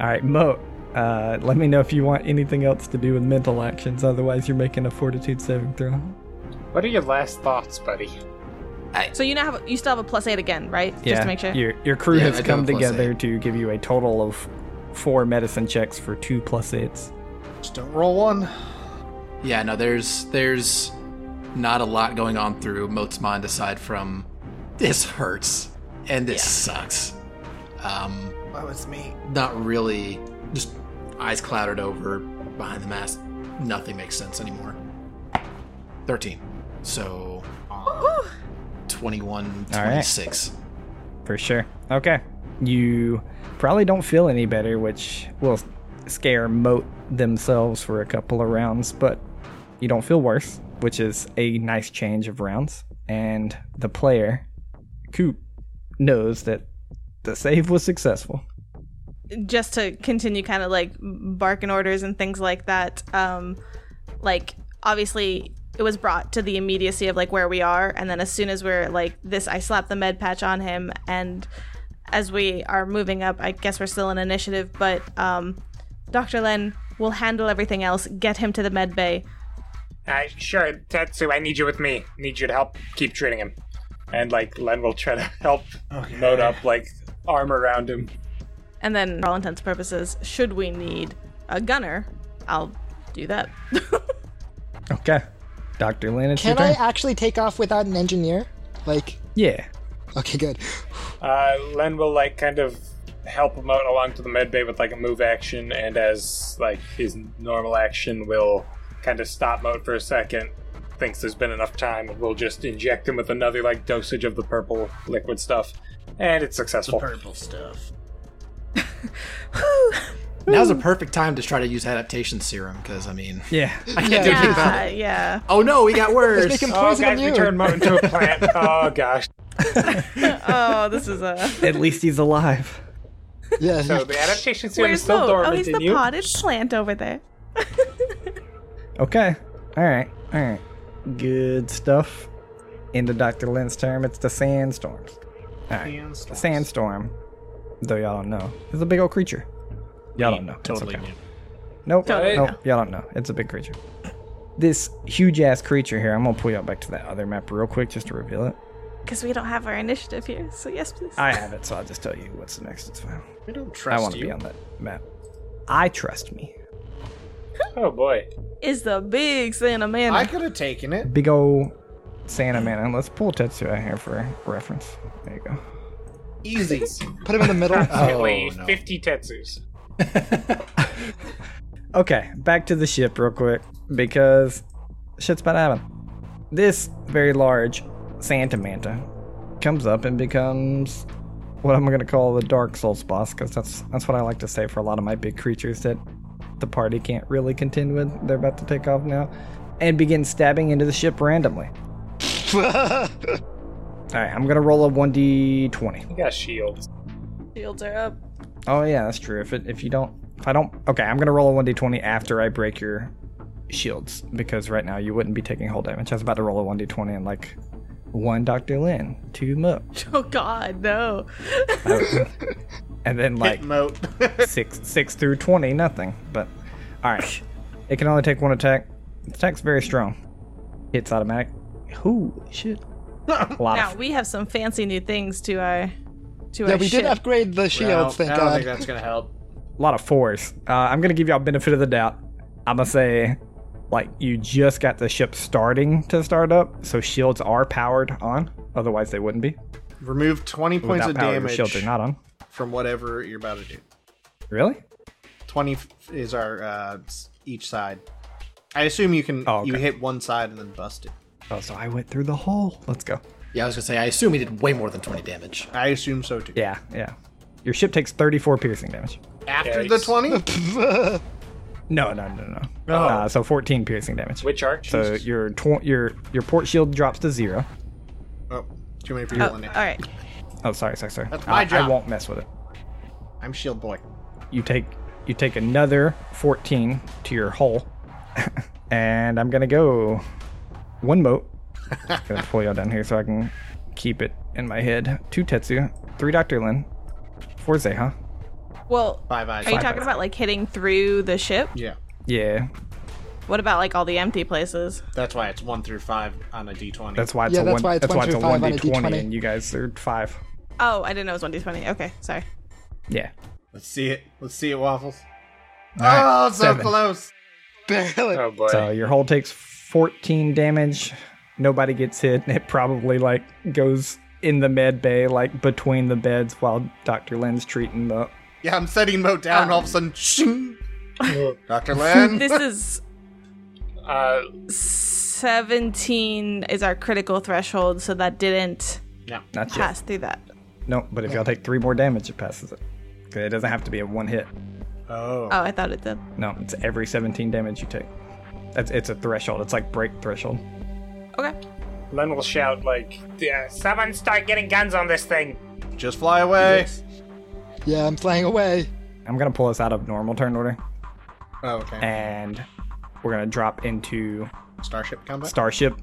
Speaker 2: All right, Mo, uh, let me know if you want anything else to do with mental actions. Otherwise, you're making a fortitude saving throw.
Speaker 6: What are your last thoughts, buddy?
Speaker 3: So you now have you still have a plus eight again, right? Just to make sure.
Speaker 2: your your crew
Speaker 4: Yeah, I
Speaker 2: has
Speaker 4: do
Speaker 2: come
Speaker 4: have plus
Speaker 2: together
Speaker 4: eight.
Speaker 2: to give you a total of four medicine checks for two plus eights.
Speaker 5: Just don't roll one.
Speaker 4: Yeah, no, there's there's not a lot going on through Moat's mind aside from this hurts and this sucks. Um,
Speaker 5: Oh, it's me.
Speaker 4: not really, just eyes clouded over behind the mask. Nothing makes sense anymore. Thirteen, so twenty-one,
Speaker 2: All right.
Speaker 4: twenty-six.
Speaker 2: For sure. Okay. You probably don't feel any better, which will scare Moat themselves for a couple of rounds, but you don't feel worse, which is a nice change of rounds. And the player, Coop, knows that the save was successful.
Speaker 3: just to continue kind of like barking orders and things like that um like obviously it was brought to the immediacy of like where we are and then as soon as we're like this i slap the med patch on him and as we are moving up i guess we're still in initiative but um dr len will handle everything else get him to the med bay
Speaker 6: Uh, sure, Tetsu, I need you with me. Need you to help keep treating him. And like Len will try to help load up like arm around him.
Speaker 3: and then for all intents and purposes should we need a gunner i'll do that (laughs)
Speaker 2: Okay. Dr. Lynn, it's
Speaker 7: Can
Speaker 2: your
Speaker 7: I
Speaker 2: turn.
Speaker 7: actually take off without an engineer? Like,
Speaker 2: Yeah.
Speaker 7: okay, good.
Speaker 6: Uh, Len will like kind of help him out along to the med bay with like a move action, and as like his normal action will kind of stop mode for a second. Thinks there's been enough time, and will just inject him with another like dosage of the purple liquid stuff, and it's successful.
Speaker 8: Purple stuff.
Speaker 4: Now's a perfect time to try to use adaptation serum because I mean,
Speaker 2: Yeah.
Speaker 4: I can't do anything about
Speaker 3: uh,
Speaker 4: it.
Speaker 3: yeah
Speaker 4: Oh no, we got worse.
Speaker 7: Make him
Speaker 6: Oh
Speaker 7: poison
Speaker 6: guys, we
Speaker 7: immune.
Speaker 6: turned Mo into a
Speaker 3: (laughs)
Speaker 6: plant. oh gosh.
Speaker 3: oh this is a
Speaker 2: At least he's alive.
Speaker 7: Yeah.
Speaker 6: So the adaptation serum is
Speaker 3: where's
Speaker 6: still
Speaker 3: Mo? oh
Speaker 6: dormant
Speaker 3: he's
Speaker 6: in
Speaker 3: the
Speaker 6: you.
Speaker 3: potted plant over there
Speaker 2: Okay. All right. All right. Good stuff. Into Dr. Lynn's term, it's the sandstorms. All right. The sandstorm, though y'all don't know, is a big old creature. Y'all don't know. It's
Speaker 8: Totally
Speaker 2: okay.
Speaker 8: new.
Speaker 2: Nope.
Speaker 3: Totally
Speaker 2: nope. Y'all don't know. It's a big creature. This huge ass creature here, I'm going to pull y'all back to that other map real quick just to reveal it.
Speaker 3: because we don't have our initiative here so yes please
Speaker 2: I have it, so I'll just tell you what's next. It's fine.
Speaker 5: We don't
Speaker 2: I
Speaker 5: trust
Speaker 2: want to be
Speaker 5: you.
Speaker 2: on that map. I trust me.
Speaker 6: Oh boy.
Speaker 3: is the big Santa Man.
Speaker 5: I could have taken it.
Speaker 2: Big old Santa man. And let's pull Tetsu out here for reference. There you go.
Speaker 5: (laughs) Easy.
Speaker 7: Put him in the middle.
Speaker 6: Approximately
Speaker 4: no.
Speaker 6: 50 tetsus.
Speaker 2: Okay, back to the ship real quick because shit's about to happen. This very large Santa Manta comes up and becomes what I'm gonna call the Dark Souls boss because that's that's what I like to say for a lot of my big creatures that the party can't really contend with. They're about to take off now and begin stabbing into the ship randomly. All right, I'm gonna roll a 1d20.
Speaker 6: You got shields.
Speaker 3: Shields are up. (laughs)
Speaker 2: Oh yeah, that's true. If it if you don't if I don't okay, I'm gonna roll a one d twenty after I break your shields because right now you wouldn't be taking whole damage. I was about to roll a one d twenty and like one Doctor Lin, two Mo,
Speaker 3: Oh God, no!
Speaker 2: and then like
Speaker 5: (laughs) Moat.
Speaker 2: six six through twenty, nothing. But all right, it can only take one attack. The attack's very strong. Hits automatic. Who shit? A lot
Speaker 3: Now
Speaker 2: of
Speaker 3: we have some fancy new things to our to
Speaker 7: yeah,
Speaker 3: our
Speaker 7: we
Speaker 3: ship.
Speaker 7: did upgrade the
Speaker 5: I don't,
Speaker 7: shields, thank
Speaker 5: I
Speaker 7: (laughs)
Speaker 5: don't think
Speaker 7: God.
Speaker 5: that's gonna help.
Speaker 2: lot of fours. Uh, I'm gonna give y'all benefit of the doubt. I'm gonna say, like, you just got the ship starting to start up, so shields are powered on. Otherwise, they wouldn't be.
Speaker 5: Remove 20 points
Speaker 2: Without
Speaker 5: of
Speaker 2: power, your
Speaker 5: damage
Speaker 2: shields are not on.
Speaker 5: from whatever you're about to do.
Speaker 2: Really?
Speaker 5: 20 f- is our uh, s- each side. I assume you can
Speaker 2: Oh, okay.
Speaker 5: you hit one side and then bust it.
Speaker 2: Oh, so I went through the hole. Let's go.
Speaker 4: Yeah, I was gonna say. I assume he did way more than twenty damage.
Speaker 5: I assume so too.
Speaker 2: Yeah, yeah. Your ship takes 34 piercing damage.
Speaker 5: After the
Speaker 6: Yikes.
Speaker 5: 20? (laughs)
Speaker 2: No, no, no, no. no. Uh, so 14 piercing damage.
Speaker 6: Which arch?
Speaker 2: So your tw- your your port shield drops to zero.
Speaker 5: oh, too many people
Speaker 3: All
Speaker 5: in it.
Speaker 3: right,
Speaker 2: Oh, sorry, sorry, sorry.
Speaker 5: That's my
Speaker 2: I- I
Speaker 5: job.
Speaker 2: won't mess with it.
Speaker 5: I'm shield boy.
Speaker 2: you take you take another 14 to your
Speaker 7: (laughs)
Speaker 2: hull and i'm gonna go one moat (laughs) gonna pull y'all down here so i can keep it in my head two tetsu three dr lin four zeha
Speaker 3: well,
Speaker 5: Five eyes.
Speaker 3: are you
Speaker 5: Five
Speaker 3: talking
Speaker 5: eyes.
Speaker 3: about like hitting through the ship?
Speaker 5: Yeah.
Speaker 2: yeah
Speaker 3: What about like all the empty places?
Speaker 5: That's why it's 1 through 5 on a d20.
Speaker 2: that's why it's
Speaker 7: Yeah,
Speaker 2: a
Speaker 7: that's
Speaker 2: one
Speaker 7: why it's
Speaker 2: that's why
Speaker 7: one
Speaker 2: it's a
Speaker 7: through five on a
Speaker 2: 1d20
Speaker 7: D20.
Speaker 2: and you guys are five
Speaker 3: Oh, I didn't know it was one d twenty. Okay, sorry.
Speaker 2: yeah
Speaker 5: Let's see it. Let's see it, Waffles.
Speaker 2: right,
Speaker 5: oh, so
Speaker 2: seven.
Speaker 5: close.
Speaker 7: Barely.
Speaker 6: Oh boy.
Speaker 2: so Uh, your hull takes 14 damage nobody gets hit it probably like goes in the med bay like between the beds while dr lin's treating the
Speaker 5: Yeah, I'm setting Moat down, and all of a sudden, (laughs) shing. Dr. Len.
Speaker 3: (laughs) This is
Speaker 6: Uh,
Speaker 3: seventeen is our critical threshold, so that didn't
Speaker 2: not yet.
Speaker 3: pass through that.
Speaker 2: No, but if y'all take three more damage, it passes it. 'Cause It doesn't have to be a one hit.
Speaker 5: Oh.
Speaker 3: Oh, I thought it did.
Speaker 2: No, it's every 17 damage you take. That's it's a threshold. It's like break threshold.
Speaker 3: Okay.
Speaker 6: Len will shout like, "Yeah, "Someone start getting guns on this thing!"
Speaker 5: (laughs) Just fly away.
Speaker 7: Yeah, I'm flying away.
Speaker 2: I'm gonna pull us out of normal turn order,
Speaker 5: Oh, okay.
Speaker 2: and we're gonna drop into
Speaker 5: Starship combat.
Speaker 2: Starship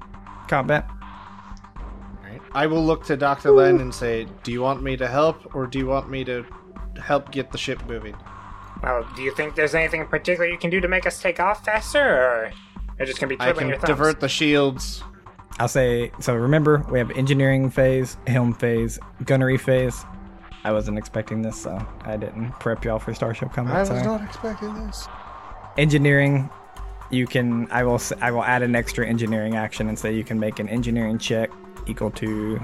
Speaker 2: combat.
Speaker 5: Alright. I will look to Dr. Len and say, Do you want me to help or do you want me to help get the ship moving?
Speaker 6: Well, do you think there's anything in particular you can do to make us take off faster, or are just gonna be
Speaker 5: I
Speaker 6: twiddling
Speaker 5: can
Speaker 6: your thumbs?
Speaker 5: divert the shields.
Speaker 2: I'll say so. Remember, we have engineering phase, helm phase, gunnery phase. I wasn't expecting this, so I didn't prep y'all for Starship Combat. sorry.
Speaker 5: expecting this.
Speaker 2: engineering you can i will s- i will add an extra engineering action and say you can make an engineering check equal to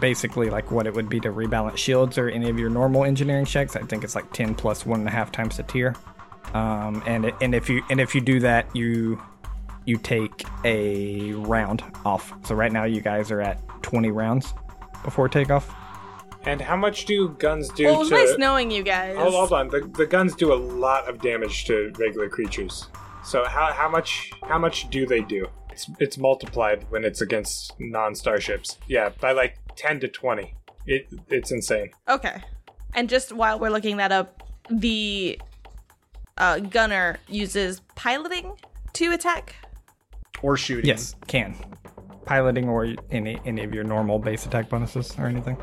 Speaker 2: basically like what it would be to rebalance shields or any of your normal engineering checks i think it's like 10 plus one and a half times the tier um, and it, and if you and if you do that you you take a round off so right now you guys are at 20 rounds before takeoff
Speaker 6: And how much do guns do
Speaker 3: Well, it was
Speaker 6: to?
Speaker 3: nice knowing you guys.
Speaker 6: hold, hold on. The, the guns do a lot of damage to regular creatures. So how, how much how much do they do? It's it's multiplied when it's against non starships. Yeah, by like ten to twenty. It it's insane.
Speaker 3: Okay. And just while we're looking that up, the uh, gunner uses piloting to attack.
Speaker 5: Or shooting.
Speaker 2: yes can piloting or any any of your normal base attack bonuses or anything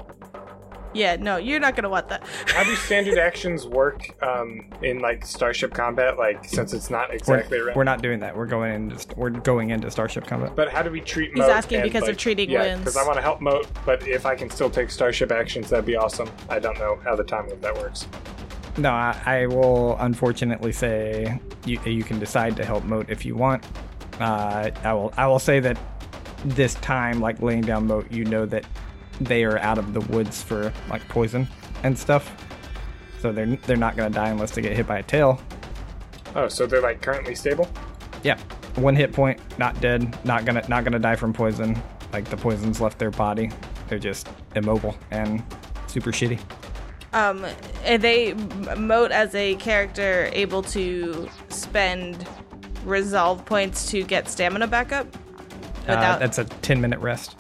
Speaker 3: Yeah, no, you're not gonna want that.
Speaker 6: How do standard actions work um, in like starship combat? Like since it's not
Speaker 2: We're-
Speaker 6: exactly
Speaker 2: We're,
Speaker 6: around-
Speaker 2: not doing that. We're going into we're going into Starship Combat.
Speaker 6: But how do we treat?
Speaker 3: He's asking because of treating wounds.
Speaker 6: Because I want to help Moat, but if I can still take starship actions, that'd be awesome. I don't know how the time loop that works.
Speaker 2: No, I, I will unfortunately say you, you can decide to help Moat if you want. Uh, I will I will say that this time, like laying down Moat, you know that they are out of the woods for like poison and stuff. So they're they're not gonna die unless they get hit by a tail.
Speaker 6: Oh, so they're like currently stable.
Speaker 2: Yeah, one hit point, not dead, not gonna not gonna die from poison. Like the poison's left their body, they're just immobile and super shitty.
Speaker 3: Um, are they moat as a character able to spend resolve points to get stamina back up?
Speaker 2: Uh,
Speaker 3: Without,
Speaker 2: that's a 10 minute rest.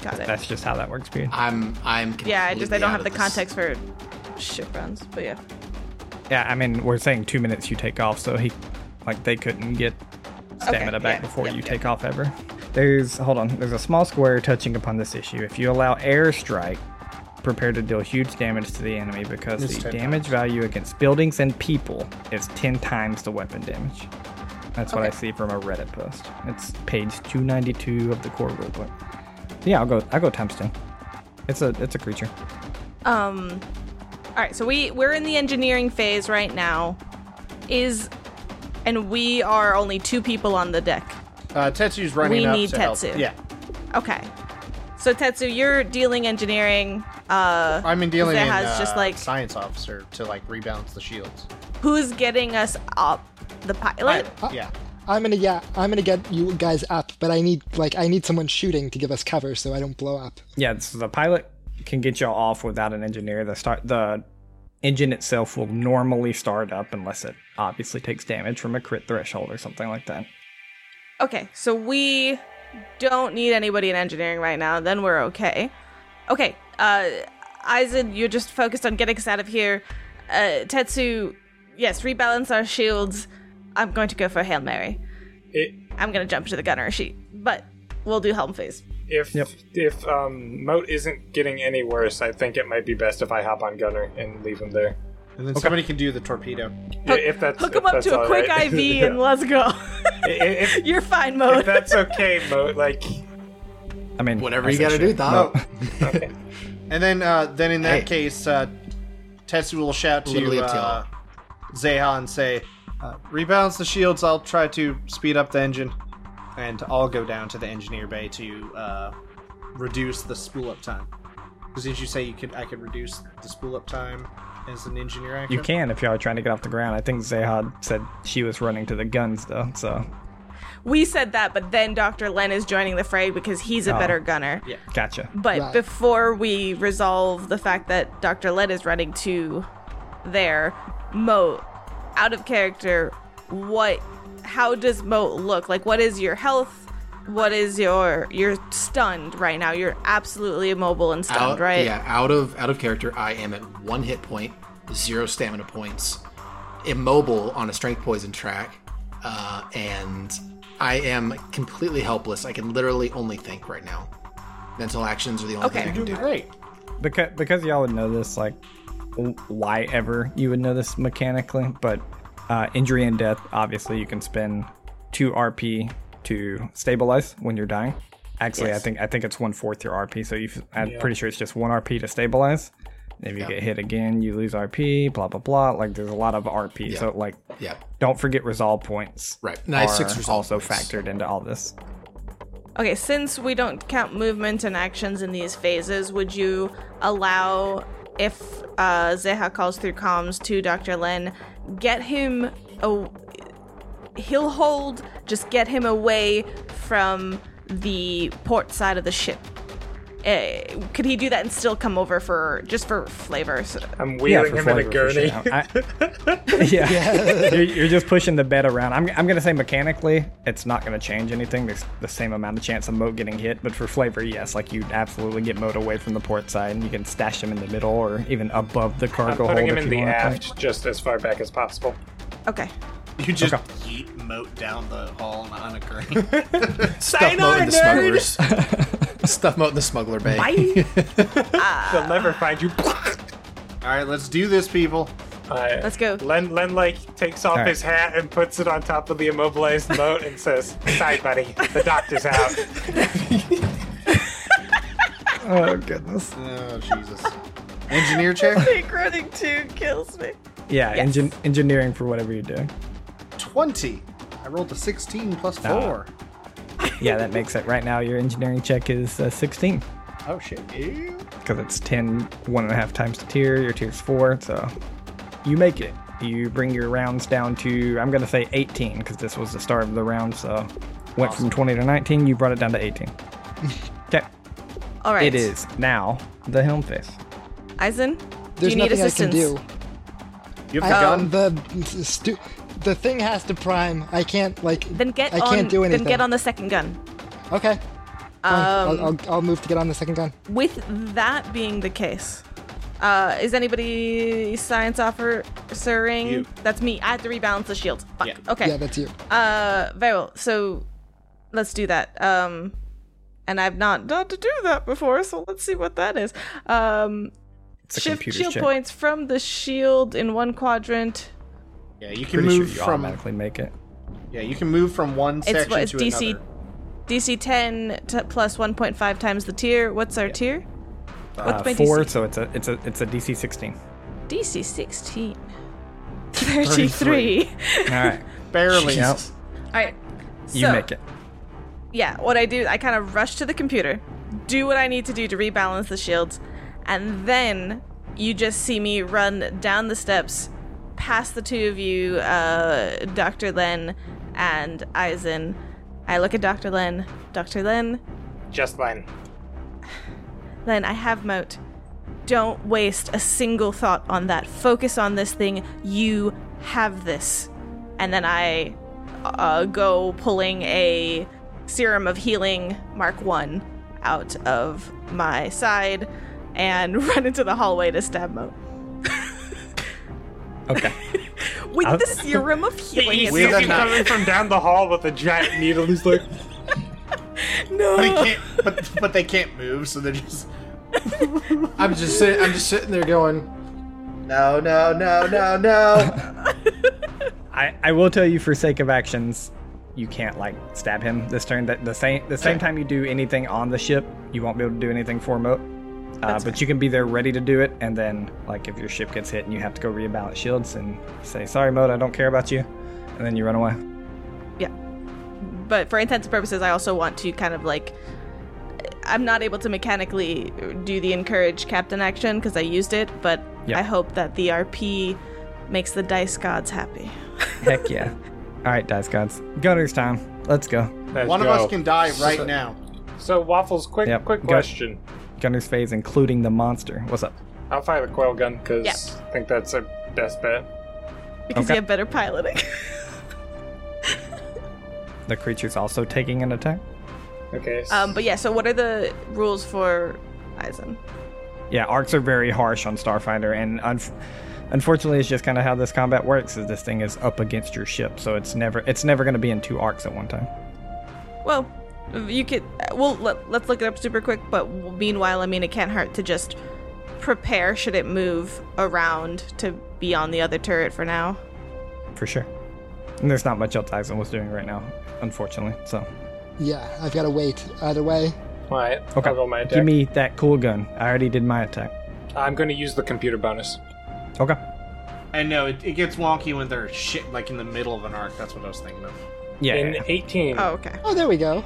Speaker 3: got it.
Speaker 2: That's just how that works, period.
Speaker 4: I'm I'm
Speaker 3: yeah, I just
Speaker 4: completely
Speaker 3: I don't
Speaker 4: out
Speaker 3: have
Speaker 4: of
Speaker 3: the
Speaker 4: this.
Speaker 3: context for ship runs, but yeah.
Speaker 2: Yeah, I mean, we're saying two minutes you take off, so he, like, they couldn't get stamina back
Speaker 3: yeah,
Speaker 2: before
Speaker 3: yep,
Speaker 2: you
Speaker 3: yep.
Speaker 2: take off ever. There's, hold on, there's a small square touching upon this issue. If you allow airstrike, prepare to deal huge damage to the enemy because
Speaker 5: It's
Speaker 2: the
Speaker 5: 10
Speaker 2: damage value against buildings and people is 10 times the weapon damage. That's what I see from a Reddit post. It's page 292 of the core rulebook. Yeah, I'll go. I'll go times ten. It's a it's a creature.
Speaker 3: Um, all right, so we we're in the engineering phase right now. Is and we are only two people on the deck.
Speaker 5: Uh, Tetsu's running
Speaker 3: We
Speaker 5: up
Speaker 3: need
Speaker 5: to help.
Speaker 3: Tetsu.
Speaker 5: Yeah.
Speaker 3: Okay. So Tetsu, you're dealing engineering. Uh,
Speaker 5: I'm in dealing
Speaker 3: Zeh
Speaker 5: in,
Speaker 3: has just,
Speaker 5: uh,
Speaker 3: like-
Speaker 5: science officer to like rebalance the shields.
Speaker 3: who's getting us up? The pilot.
Speaker 5: Right. Yeah.
Speaker 7: I'm gonna yeah, I'm gonna get you guys up, but I need like I need someone shooting to give us cover so I don't blow up.
Speaker 2: Yeah, so the pilot can get y'all off without an engineer. The start the engine itself will normally start up unless it obviously takes damage from a crit threshold or something like that.
Speaker 3: Okay, so we don't need anybody in engineering right now. Then we're okay. Okay, uh, Aizen, you're just focused on getting us out of here. Uh, Tetsu, yes, rebalance our shields. I'm going to go for Hail Mary.
Speaker 6: It,
Speaker 3: I'm going to jump to the gunner sheet, but we'll do helm phase.
Speaker 6: if
Speaker 2: Yep.
Speaker 6: if um, Moat isn't getting any worse, I think it might be best if I hop on Gunner and leave him there.
Speaker 5: And then somebody can do the torpedo.
Speaker 6: Yeah, if that's
Speaker 3: Hook
Speaker 6: if
Speaker 3: him up
Speaker 6: that's
Speaker 3: to a
Speaker 6: all
Speaker 3: quick
Speaker 6: right.
Speaker 3: IV
Speaker 6: (laughs)
Speaker 3: and let's go. (laughs)
Speaker 6: if, if-
Speaker 3: You're fine,
Speaker 6: if (laughs)
Speaker 3: Mode.
Speaker 6: that's okay, Moat. Like
Speaker 2: I mean,
Speaker 4: Whatever
Speaker 2: I
Speaker 4: you
Speaker 2: said
Speaker 4: gotta
Speaker 2: shit.
Speaker 4: do, Dom.
Speaker 5: And then uh, then in that
Speaker 4: Hey.
Speaker 5: case, uh, Tetsu will shout
Speaker 4: Literally
Speaker 5: to
Speaker 4: up to
Speaker 5: uh, Zeha and say, uh, "Rebalance the shields. I'll try to speed up the engine, and I'll go down to the engineer bay to uh, reduce the spool up time." Because did you say you could I could reduce the spool up time as an engineer action?
Speaker 2: You can if y'all are trying to get off the ground. I think Zehad said she was running to the guns though, so
Speaker 3: We said that, but then Dr. Len is joining the fray because he's
Speaker 4: Oh.
Speaker 3: a better gunner.
Speaker 2: gotcha.
Speaker 3: But
Speaker 7: Right.
Speaker 3: before we resolve the fact that Dr. Led is running to there, Moat, out of character, what how does Moat look? Like what is your health? What is your you're stunned right now. You're absolutely immobile and stunned,
Speaker 4: out,
Speaker 3: right?
Speaker 4: Yeah, out of out of character, I am at one hit point, zero stamina points, immobile on a strength poison track, uh, and I am completely helpless. I can literally only think right now. Mental actions are the only thing
Speaker 3: Okay.
Speaker 4: I can
Speaker 5: Doing
Speaker 4: do.
Speaker 5: great.
Speaker 2: because because y'all would know this like w- why ever you would know this mechanically but uh, injury and death obviously you can spend two rp to stabilize when you're dying actually i think i think it's one fourth your rp so you i'm pretty sure it's just one rp to stabilize if you get hit again you lose rp blah blah blah like there's a lot of rp so like
Speaker 4: Yeah.
Speaker 2: don't forget resolve points
Speaker 4: Right. Nice six
Speaker 2: are
Speaker 4: resolve
Speaker 2: also
Speaker 4: points.
Speaker 2: factored into all this
Speaker 3: Okay, since we don't count movement and actions in these phases, would you allow if uh, Zeha calls through comms to Dr. Len, get him a he'll hold, just get him away from the port side of the ship. Eh, could he do that and still come over for just for flavor? So-
Speaker 7: Um,
Speaker 6: I'm wheeling
Speaker 2: for
Speaker 6: him in a
Speaker 2: flavor, for
Speaker 6: gurney.
Speaker 2: sure. I-
Speaker 6: (laughs)
Speaker 2: (laughs) yeah, You're, you're just pushing the bed around. I'm, I'm gonna say mechanically, it's not gonna change anything. There's the same amount of chance of Moat getting hit, but for flavor, yes, like you'd absolutely get Moat away from the port side, and you can stash him in the middle or even above the
Speaker 6: I'm
Speaker 2: cargo
Speaker 6: putting
Speaker 2: hold
Speaker 6: him
Speaker 2: if
Speaker 6: in
Speaker 2: you
Speaker 6: the
Speaker 2: want to.
Speaker 6: aft just as far back as possible.
Speaker 7: (laughs)
Speaker 3: Okay.
Speaker 5: You just
Speaker 2: Okay.
Speaker 5: yeet moat down the hall on, on a crane. (laughs)
Speaker 4: Stuff moat in the smugglers. (laughs) Stuff moat in the smuggler bay.
Speaker 6: They'll never find you.
Speaker 5: All right, let's do this, people.
Speaker 6: Uh,
Speaker 3: Let's go.
Speaker 6: Len, Len like takes off
Speaker 2: All right.
Speaker 6: his hat and puts it on top of the immobilized moat and says, "Sorry, buddy, the doctor's
Speaker 5: (laughs)
Speaker 6: out."
Speaker 2: Oh goodness.
Speaker 5: Oh Jesus! Engineer chair.
Speaker 3: running two kills me.
Speaker 2: Yeah, engin- engineering for whatever you do.
Speaker 5: Twenty. I rolled a sixteen plus
Speaker 2: Nah.
Speaker 5: four.
Speaker 2: Yeah, that makes it. Right now, your engineering check is uh, 16
Speaker 5: Oh shit! Ew.
Speaker 2: because it's 10 one and a half times the tier. Your tier's four, so you make it. You bring your rounds down to I'm gonna say 18 because this was the start of the round, so went from 20 to 19. You brought it down to
Speaker 5: (laughs)
Speaker 2: 18. okay,
Speaker 3: All right.
Speaker 2: it is now the helm face.
Speaker 3: Eisen, do
Speaker 7: There's
Speaker 3: you need
Speaker 7: nothing
Speaker 3: assistance?
Speaker 7: I can do.
Speaker 5: You
Speaker 7: I,
Speaker 5: have the gun.
Speaker 7: The stu- the thing has to prime. I can't like.
Speaker 3: Then get
Speaker 7: I
Speaker 3: on
Speaker 7: can't do anything.
Speaker 3: then get on Um, the second gun.
Speaker 7: Okay. Fine. I'll, I'll, I'll move to get on the second gun.
Speaker 3: With that being the case, uh, is anybody science offering?
Speaker 5: You.
Speaker 3: That's me. I have to rebalance the shield. Fuck.
Speaker 5: Yeah.
Speaker 3: Okay.
Speaker 7: Yeah, that's you.
Speaker 3: uh, very well. So let's do that. Um, and I've not done to do that before, so let's see what that is. Um,
Speaker 2: a
Speaker 3: shift
Speaker 2: computer's
Speaker 3: shield
Speaker 2: check.
Speaker 3: points from the shield in one quadrant.
Speaker 5: yeah, you can
Speaker 2: Pretty sure
Speaker 5: move
Speaker 2: you
Speaker 5: from.
Speaker 2: automatically make it.
Speaker 5: Yeah, you can move from one
Speaker 3: It's
Speaker 5: section
Speaker 3: what it's
Speaker 5: to
Speaker 3: DC
Speaker 5: another.
Speaker 3: DC 10 t- plus 1.5 times the tier. What's our tier?
Speaker 2: Uh,
Speaker 3: What's my
Speaker 2: four,
Speaker 3: DC?
Speaker 2: so it's a it's a it's a DC 16.
Speaker 5: (laughs)
Speaker 3: DC 16. 33.
Speaker 2: All right,
Speaker 5: Barely. (laughs)
Speaker 2: Yep,
Speaker 3: (laughs) All right.
Speaker 2: you
Speaker 3: so-
Speaker 2: make it.
Speaker 3: yeah, what I do, I kind of rush to the computer, do what I need to do to rebalance the shields, and then you just see me run down the steps, past the two of you, uh, Dr. Len and Eisen. I look at Dr. Len. Dr. Len,
Speaker 6: Just Len.
Speaker 3: Len, I have moat. Don't waste a single thought on that. Focus on this thing. You have this. And then I uh, go pulling a serum of healing, Mark 1, out of my side and (laughs) run into the hallway to stab moat.
Speaker 2: Okay,
Speaker 3: With the serum of
Speaker 6: (laughs)
Speaker 3: healing.
Speaker 6: He
Speaker 3: it's
Speaker 6: sees
Speaker 5: that
Speaker 6: you
Speaker 5: not-
Speaker 6: coming from down the hall with a giant needle. He's like,
Speaker 5: But, he can't, but, but they can't move, so they're just.
Speaker 4: I'm just sitting. I'm just sitting there going.
Speaker 5: No, no, no, no, no.
Speaker 2: I I will tell you for sake of actions. You can't like stab him this turn. That the same the same time you do anything on the ship, you won't be able to do anything for moat. Uh, but you can be there ready to do it, and then like if your ship gets hit and you have to go rebalance shields and say sorry, moat, I don't care about you, and then you run away.
Speaker 3: Yeah. But for intents and purposes, I also want to kind of like. I'm not able to mechanically do the encourage captain action because I used it, but
Speaker 2: Yeah.
Speaker 3: I hope that the RP makes the dice gods happy.
Speaker 2: (laughs) Heck yeah! (laughs) All right, dice gods, gunner's time. Let's go.
Speaker 6: Let's
Speaker 5: One of
Speaker 6: go.
Speaker 5: us can die right now.
Speaker 6: So waffles, quick,
Speaker 2: Yep,
Speaker 6: quick
Speaker 2: go.
Speaker 6: question.
Speaker 2: Gunner's phase, including the monster. What's up?
Speaker 6: I'll fire the coil gun because
Speaker 3: Yeah.
Speaker 6: I think that's our best bet.
Speaker 3: Because
Speaker 2: Okay.
Speaker 3: you have better piloting. (laughs)
Speaker 2: The creature's also taking an attack.
Speaker 6: Okay. s-
Speaker 3: um, but yeah, so what are the rules for Eisen?
Speaker 2: yeah arcs are very harsh on starfinder and unf unfortunately it's just kind of how this combat works is this thing is up against your ship so it's never it's never going to be in two arcs at one time
Speaker 3: Well, you could. Well, let, let's look it up super quick. But meanwhile, I mean, it can't hurt to just prepare should it move around to be on the other turret for now.
Speaker 2: for sure. And there's not much else Aizen was doing right now, unfortunately. So
Speaker 7: Yeah, I've got to wait. Either way,
Speaker 6: All right.
Speaker 2: okay,
Speaker 6: I'll roll my attack.
Speaker 2: give me that cool gun. I already did my attack.
Speaker 6: I'm going to use the computer bonus.
Speaker 2: Okay,
Speaker 5: I know it, it gets wonky when they're shit like in the middle of an arc. That's what I was thinking of.
Speaker 2: yeah, yeah,
Speaker 6: In
Speaker 2: yeah.
Speaker 6: 18.
Speaker 3: Oh, okay.
Speaker 7: oh, there we go.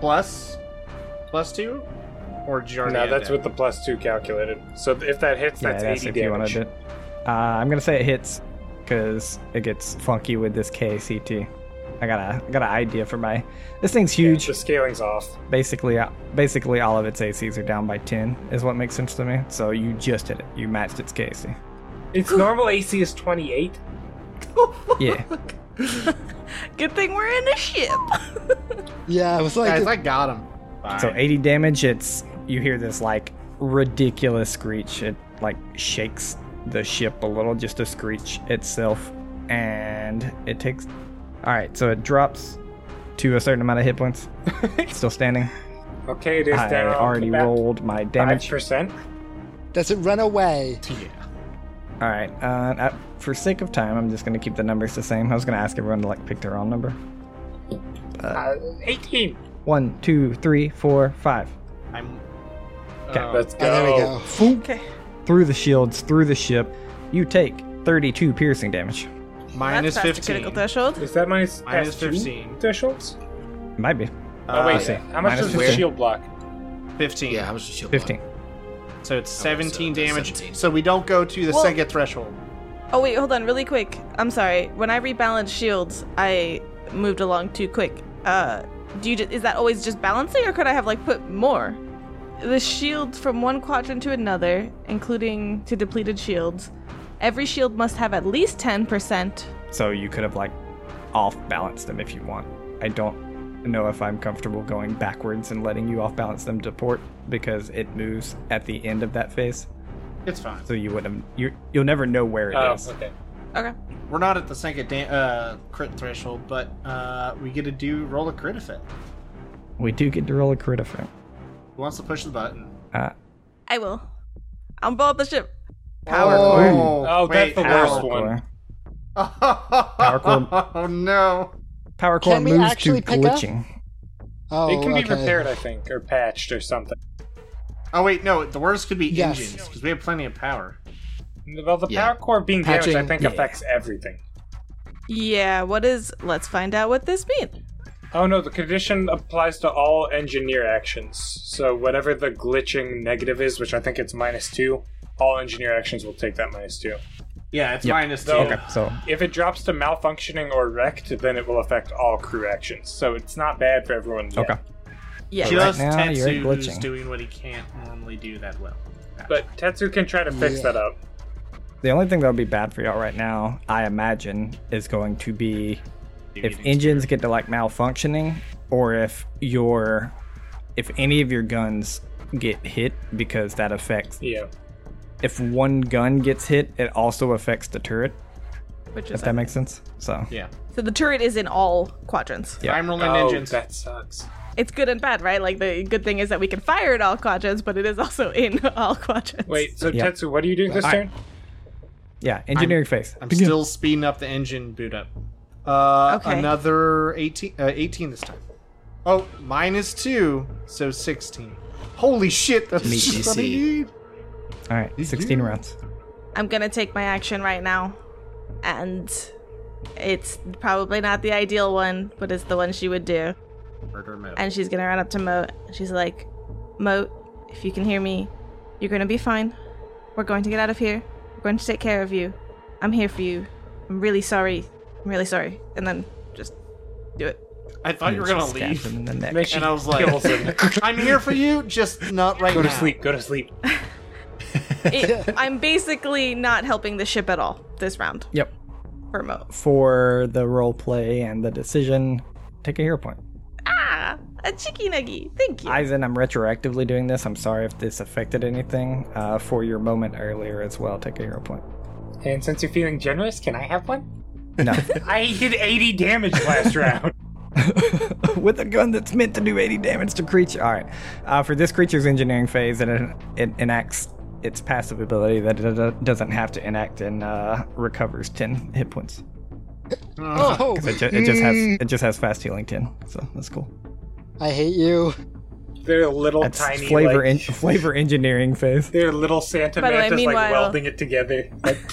Speaker 5: Plus, plus two, or did you already
Speaker 6: No,
Speaker 5: add
Speaker 6: that's
Speaker 5: that?
Speaker 6: with the plus two calculated. So if that hits,
Speaker 2: Yeah,
Speaker 6: that's 80
Speaker 2: if you wanna
Speaker 6: damage.
Speaker 2: do it. Uh, I'm gonna say it hits because it gets funky with this KCT. I got a I got an idea for my. This thing's huge.
Speaker 6: The scaling's off.
Speaker 2: basically, uh, basically all of its ACs are down by 10 is what makes sense to me. So you just hit it. You matched its KC.
Speaker 6: Its normal AC is 28.
Speaker 2: Yeah.
Speaker 3: Good thing we're in a ship.
Speaker 7: Yeah, it was like
Speaker 5: Guys, I got him.
Speaker 2: So 80 damage. It's you hear this like ridiculous screech. It like shakes the ship a little just to screech itself, and it takes. All right, so it drops to a certain amount of hit points. Still standing.
Speaker 6: Okay, it is
Speaker 2: I
Speaker 6: down.
Speaker 2: already
Speaker 6: about
Speaker 2: rolled my damage.
Speaker 6: 5%.
Speaker 7: does it run away?
Speaker 2: All right. Uh, uh, for sake of time, I'm just gonna keep the numbers the same. I was gonna ask everyone to like pick their own number.
Speaker 6: Uh, 18.
Speaker 2: One, two, three, four, five.
Speaker 5: I'm.
Speaker 6: Let's go.
Speaker 7: Oh, there we go.
Speaker 3: okay.
Speaker 2: Through the shields, through the ship, you take 32 piercing damage.
Speaker 5: Minus
Speaker 3: that's past the
Speaker 5: 15.
Speaker 3: critical threshold.
Speaker 6: Is that minus,
Speaker 5: Minus
Speaker 6: past two
Speaker 5: 15.
Speaker 6: thresholds?
Speaker 2: Might be
Speaker 6: oh,
Speaker 5: Uh,
Speaker 6: wait.
Speaker 2: see.
Speaker 6: How much
Speaker 2: Minus
Speaker 6: does the
Speaker 2: 15.
Speaker 6: shield block?
Speaker 5: 15.
Speaker 4: Yeah, how much does shield? block?
Speaker 2: 15.
Speaker 5: Uh, So it's 17
Speaker 4: so that's
Speaker 5: damage.
Speaker 4: 17.
Speaker 5: So we don't go to the
Speaker 3: Well-
Speaker 5: second threshold.
Speaker 3: Oh wait, hold on, really quick. I'm sorry. When I rebalanced shields, I moved along too quick. Uh, do you? ju- Is that always just balancing, or could I have like put more? The shield from one quadrant to another, including to depleted shields. Every shield must have at least ten percent.
Speaker 2: So you could have like off balanced them if you want. I don't know if I'm comfortable going backwards and letting you off balance them to port because it moves at the end of that phase.
Speaker 5: It's fine.
Speaker 2: So you would have you you'll never know where it is.
Speaker 6: Oh, okay.
Speaker 3: Okay.
Speaker 5: We're not at the second da- uh, crit threshold, but uh, we get to do roll a crit effect.
Speaker 2: We do get to roll a crit effect.
Speaker 5: Who wants to push the button?
Speaker 2: Uh,
Speaker 3: I will. I'm board the ship.
Speaker 5: Power
Speaker 2: Oh.
Speaker 6: Oh, that's the
Speaker 2: power
Speaker 6: worst
Speaker 5: (laughs)
Speaker 6: one.
Speaker 2: core.
Speaker 5: Power
Speaker 2: core.
Speaker 5: Oh no!
Speaker 2: Power core
Speaker 7: Can we
Speaker 2: moves to
Speaker 7: actually pick up?
Speaker 2: glitching.
Speaker 7: Oh,
Speaker 6: it can be
Speaker 7: okay.
Speaker 6: repaired, I think, or patched or something.
Speaker 5: Oh wait, no. The worst could be
Speaker 7: Yes.
Speaker 5: engines because we have plenty of power.
Speaker 6: Well, the
Speaker 4: Yeah.
Speaker 6: power core being damaged, I
Speaker 4: Patching,
Speaker 6: think,
Speaker 4: yeah.
Speaker 6: affects everything.
Speaker 3: Yeah. What is? Let's find out what this means.
Speaker 6: Oh no, the condition applies to all engineer actions. So whatever the glitching negative is, which I think it's minus two, all engineer actions will take that minus two.
Speaker 5: Yeah, it's
Speaker 2: Yep.
Speaker 5: minus two.
Speaker 6: So-
Speaker 2: Okay, so
Speaker 6: If it drops to malfunctioning or wrecked, then it will affect all crew actions. So it's not bad for everyone. Yet.
Speaker 2: okay.
Speaker 3: Yeah.
Speaker 2: Right
Speaker 5: Just
Speaker 2: now, you're
Speaker 5: Tetsu who's
Speaker 2: glitching.
Speaker 5: doing what he can't normally do that well.
Speaker 6: But Tetsu can try to fix
Speaker 7: Yeah.
Speaker 6: that up.
Speaker 2: The only thing that would be bad for y'all right now, I imagine, is going to be if
Speaker 5: Duty.
Speaker 2: engines get to like malfunctioning, or if your, if any of your guns get hit because that affects.
Speaker 6: Yeah.
Speaker 2: If one gun gets hit, it also affects the turret.
Speaker 3: Which
Speaker 2: If
Speaker 3: is
Speaker 2: that makes sense. So
Speaker 5: Yeah.
Speaker 3: so the turret is in all quadrants.
Speaker 2: Yeah.
Speaker 5: I'm rolling
Speaker 6: Oh,
Speaker 5: engines.
Speaker 6: that sucks.
Speaker 3: It's good and bad, right? Like the good thing is that we can fire at all quadrants, but it is also (laughs) in all quadrants.
Speaker 6: Wait, so
Speaker 2: Yeah.
Speaker 6: Tetsu, what are you doing this
Speaker 2: I-
Speaker 6: turn?
Speaker 2: yeah, engineering phase.
Speaker 5: I'm
Speaker 2: Begin.
Speaker 5: still speeding up the engine boot up. Uh,
Speaker 3: Okay.
Speaker 5: Another 18, uh, 18 this time. Oh, minus two, so 16. Holy shit, that's
Speaker 4: Meet
Speaker 5: just what I
Speaker 4: DC.
Speaker 5: need.
Speaker 2: All right, sixteen rounds.
Speaker 3: I'm gonna take my action right now, and it's probably not the ideal one, but it's the one she would do.
Speaker 5: Murder mode.
Speaker 3: And she's gonna run up to Moat. She's like, Moat, if you can hear me, you're gonna be fine. We're going to get out of here. We're going to take care of you. I'm here for you. I'm really sorry. I'm really sorry. And then just do it.
Speaker 5: I thought you were
Speaker 2: Just
Speaker 5: gonna
Speaker 2: stab
Speaker 5: leave.
Speaker 2: him in the neck.
Speaker 6: Make sure
Speaker 5: And I was
Speaker 6: kills
Speaker 5: like,
Speaker 6: him.
Speaker 5: I'm here for you, just not right
Speaker 6: Go to
Speaker 5: now.
Speaker 6: sleep. Go to sleep.
Speaker 3: It- I'm basically not helping the ship at all this round
Speaker 2: Yep.
Speaker 3: for Moat.
Speaker 2: For the role play and the decision, take a hero point.
Speaker 3: Ah, a chicky nuggy. Thank you.
Speaker 2: Aizen, I'm retroactively doing this. I'm sorry if this affected anything uh, for your moment earlier as well. Take a hero point.
Speaker 6: And since you're feeling (laughs) generous, can I have one?
Speaker 2: No.
Speaker 6: I did 80 damage last round.
Speaker 2: (laughs) with a gun that's meant to do 80 damage to creature. All right. Uh, for this creature's engineering phase, it, it enacts its passive ability that it uh, doesn't have to enact and uh, recovers 10 hit points.
Speaker 7: Oh,
Speaker 2: It, ju- it just has it just has fast healing 10, so that's cool.
Speaker 7: I hate you.
Speaker 6: They're little
Speaker 2: That's
Speaker 6: tiny
Speaker 2: flavor
Speaker 6: like,
Speaker 2: en- flavor engineering phase.
Speaker 6: They're little Santa
Speaker 3: By the way,
Speaker 6: mantas like
Speaker 3: meanwhile-
Speaker 6: welding it together. (laughs)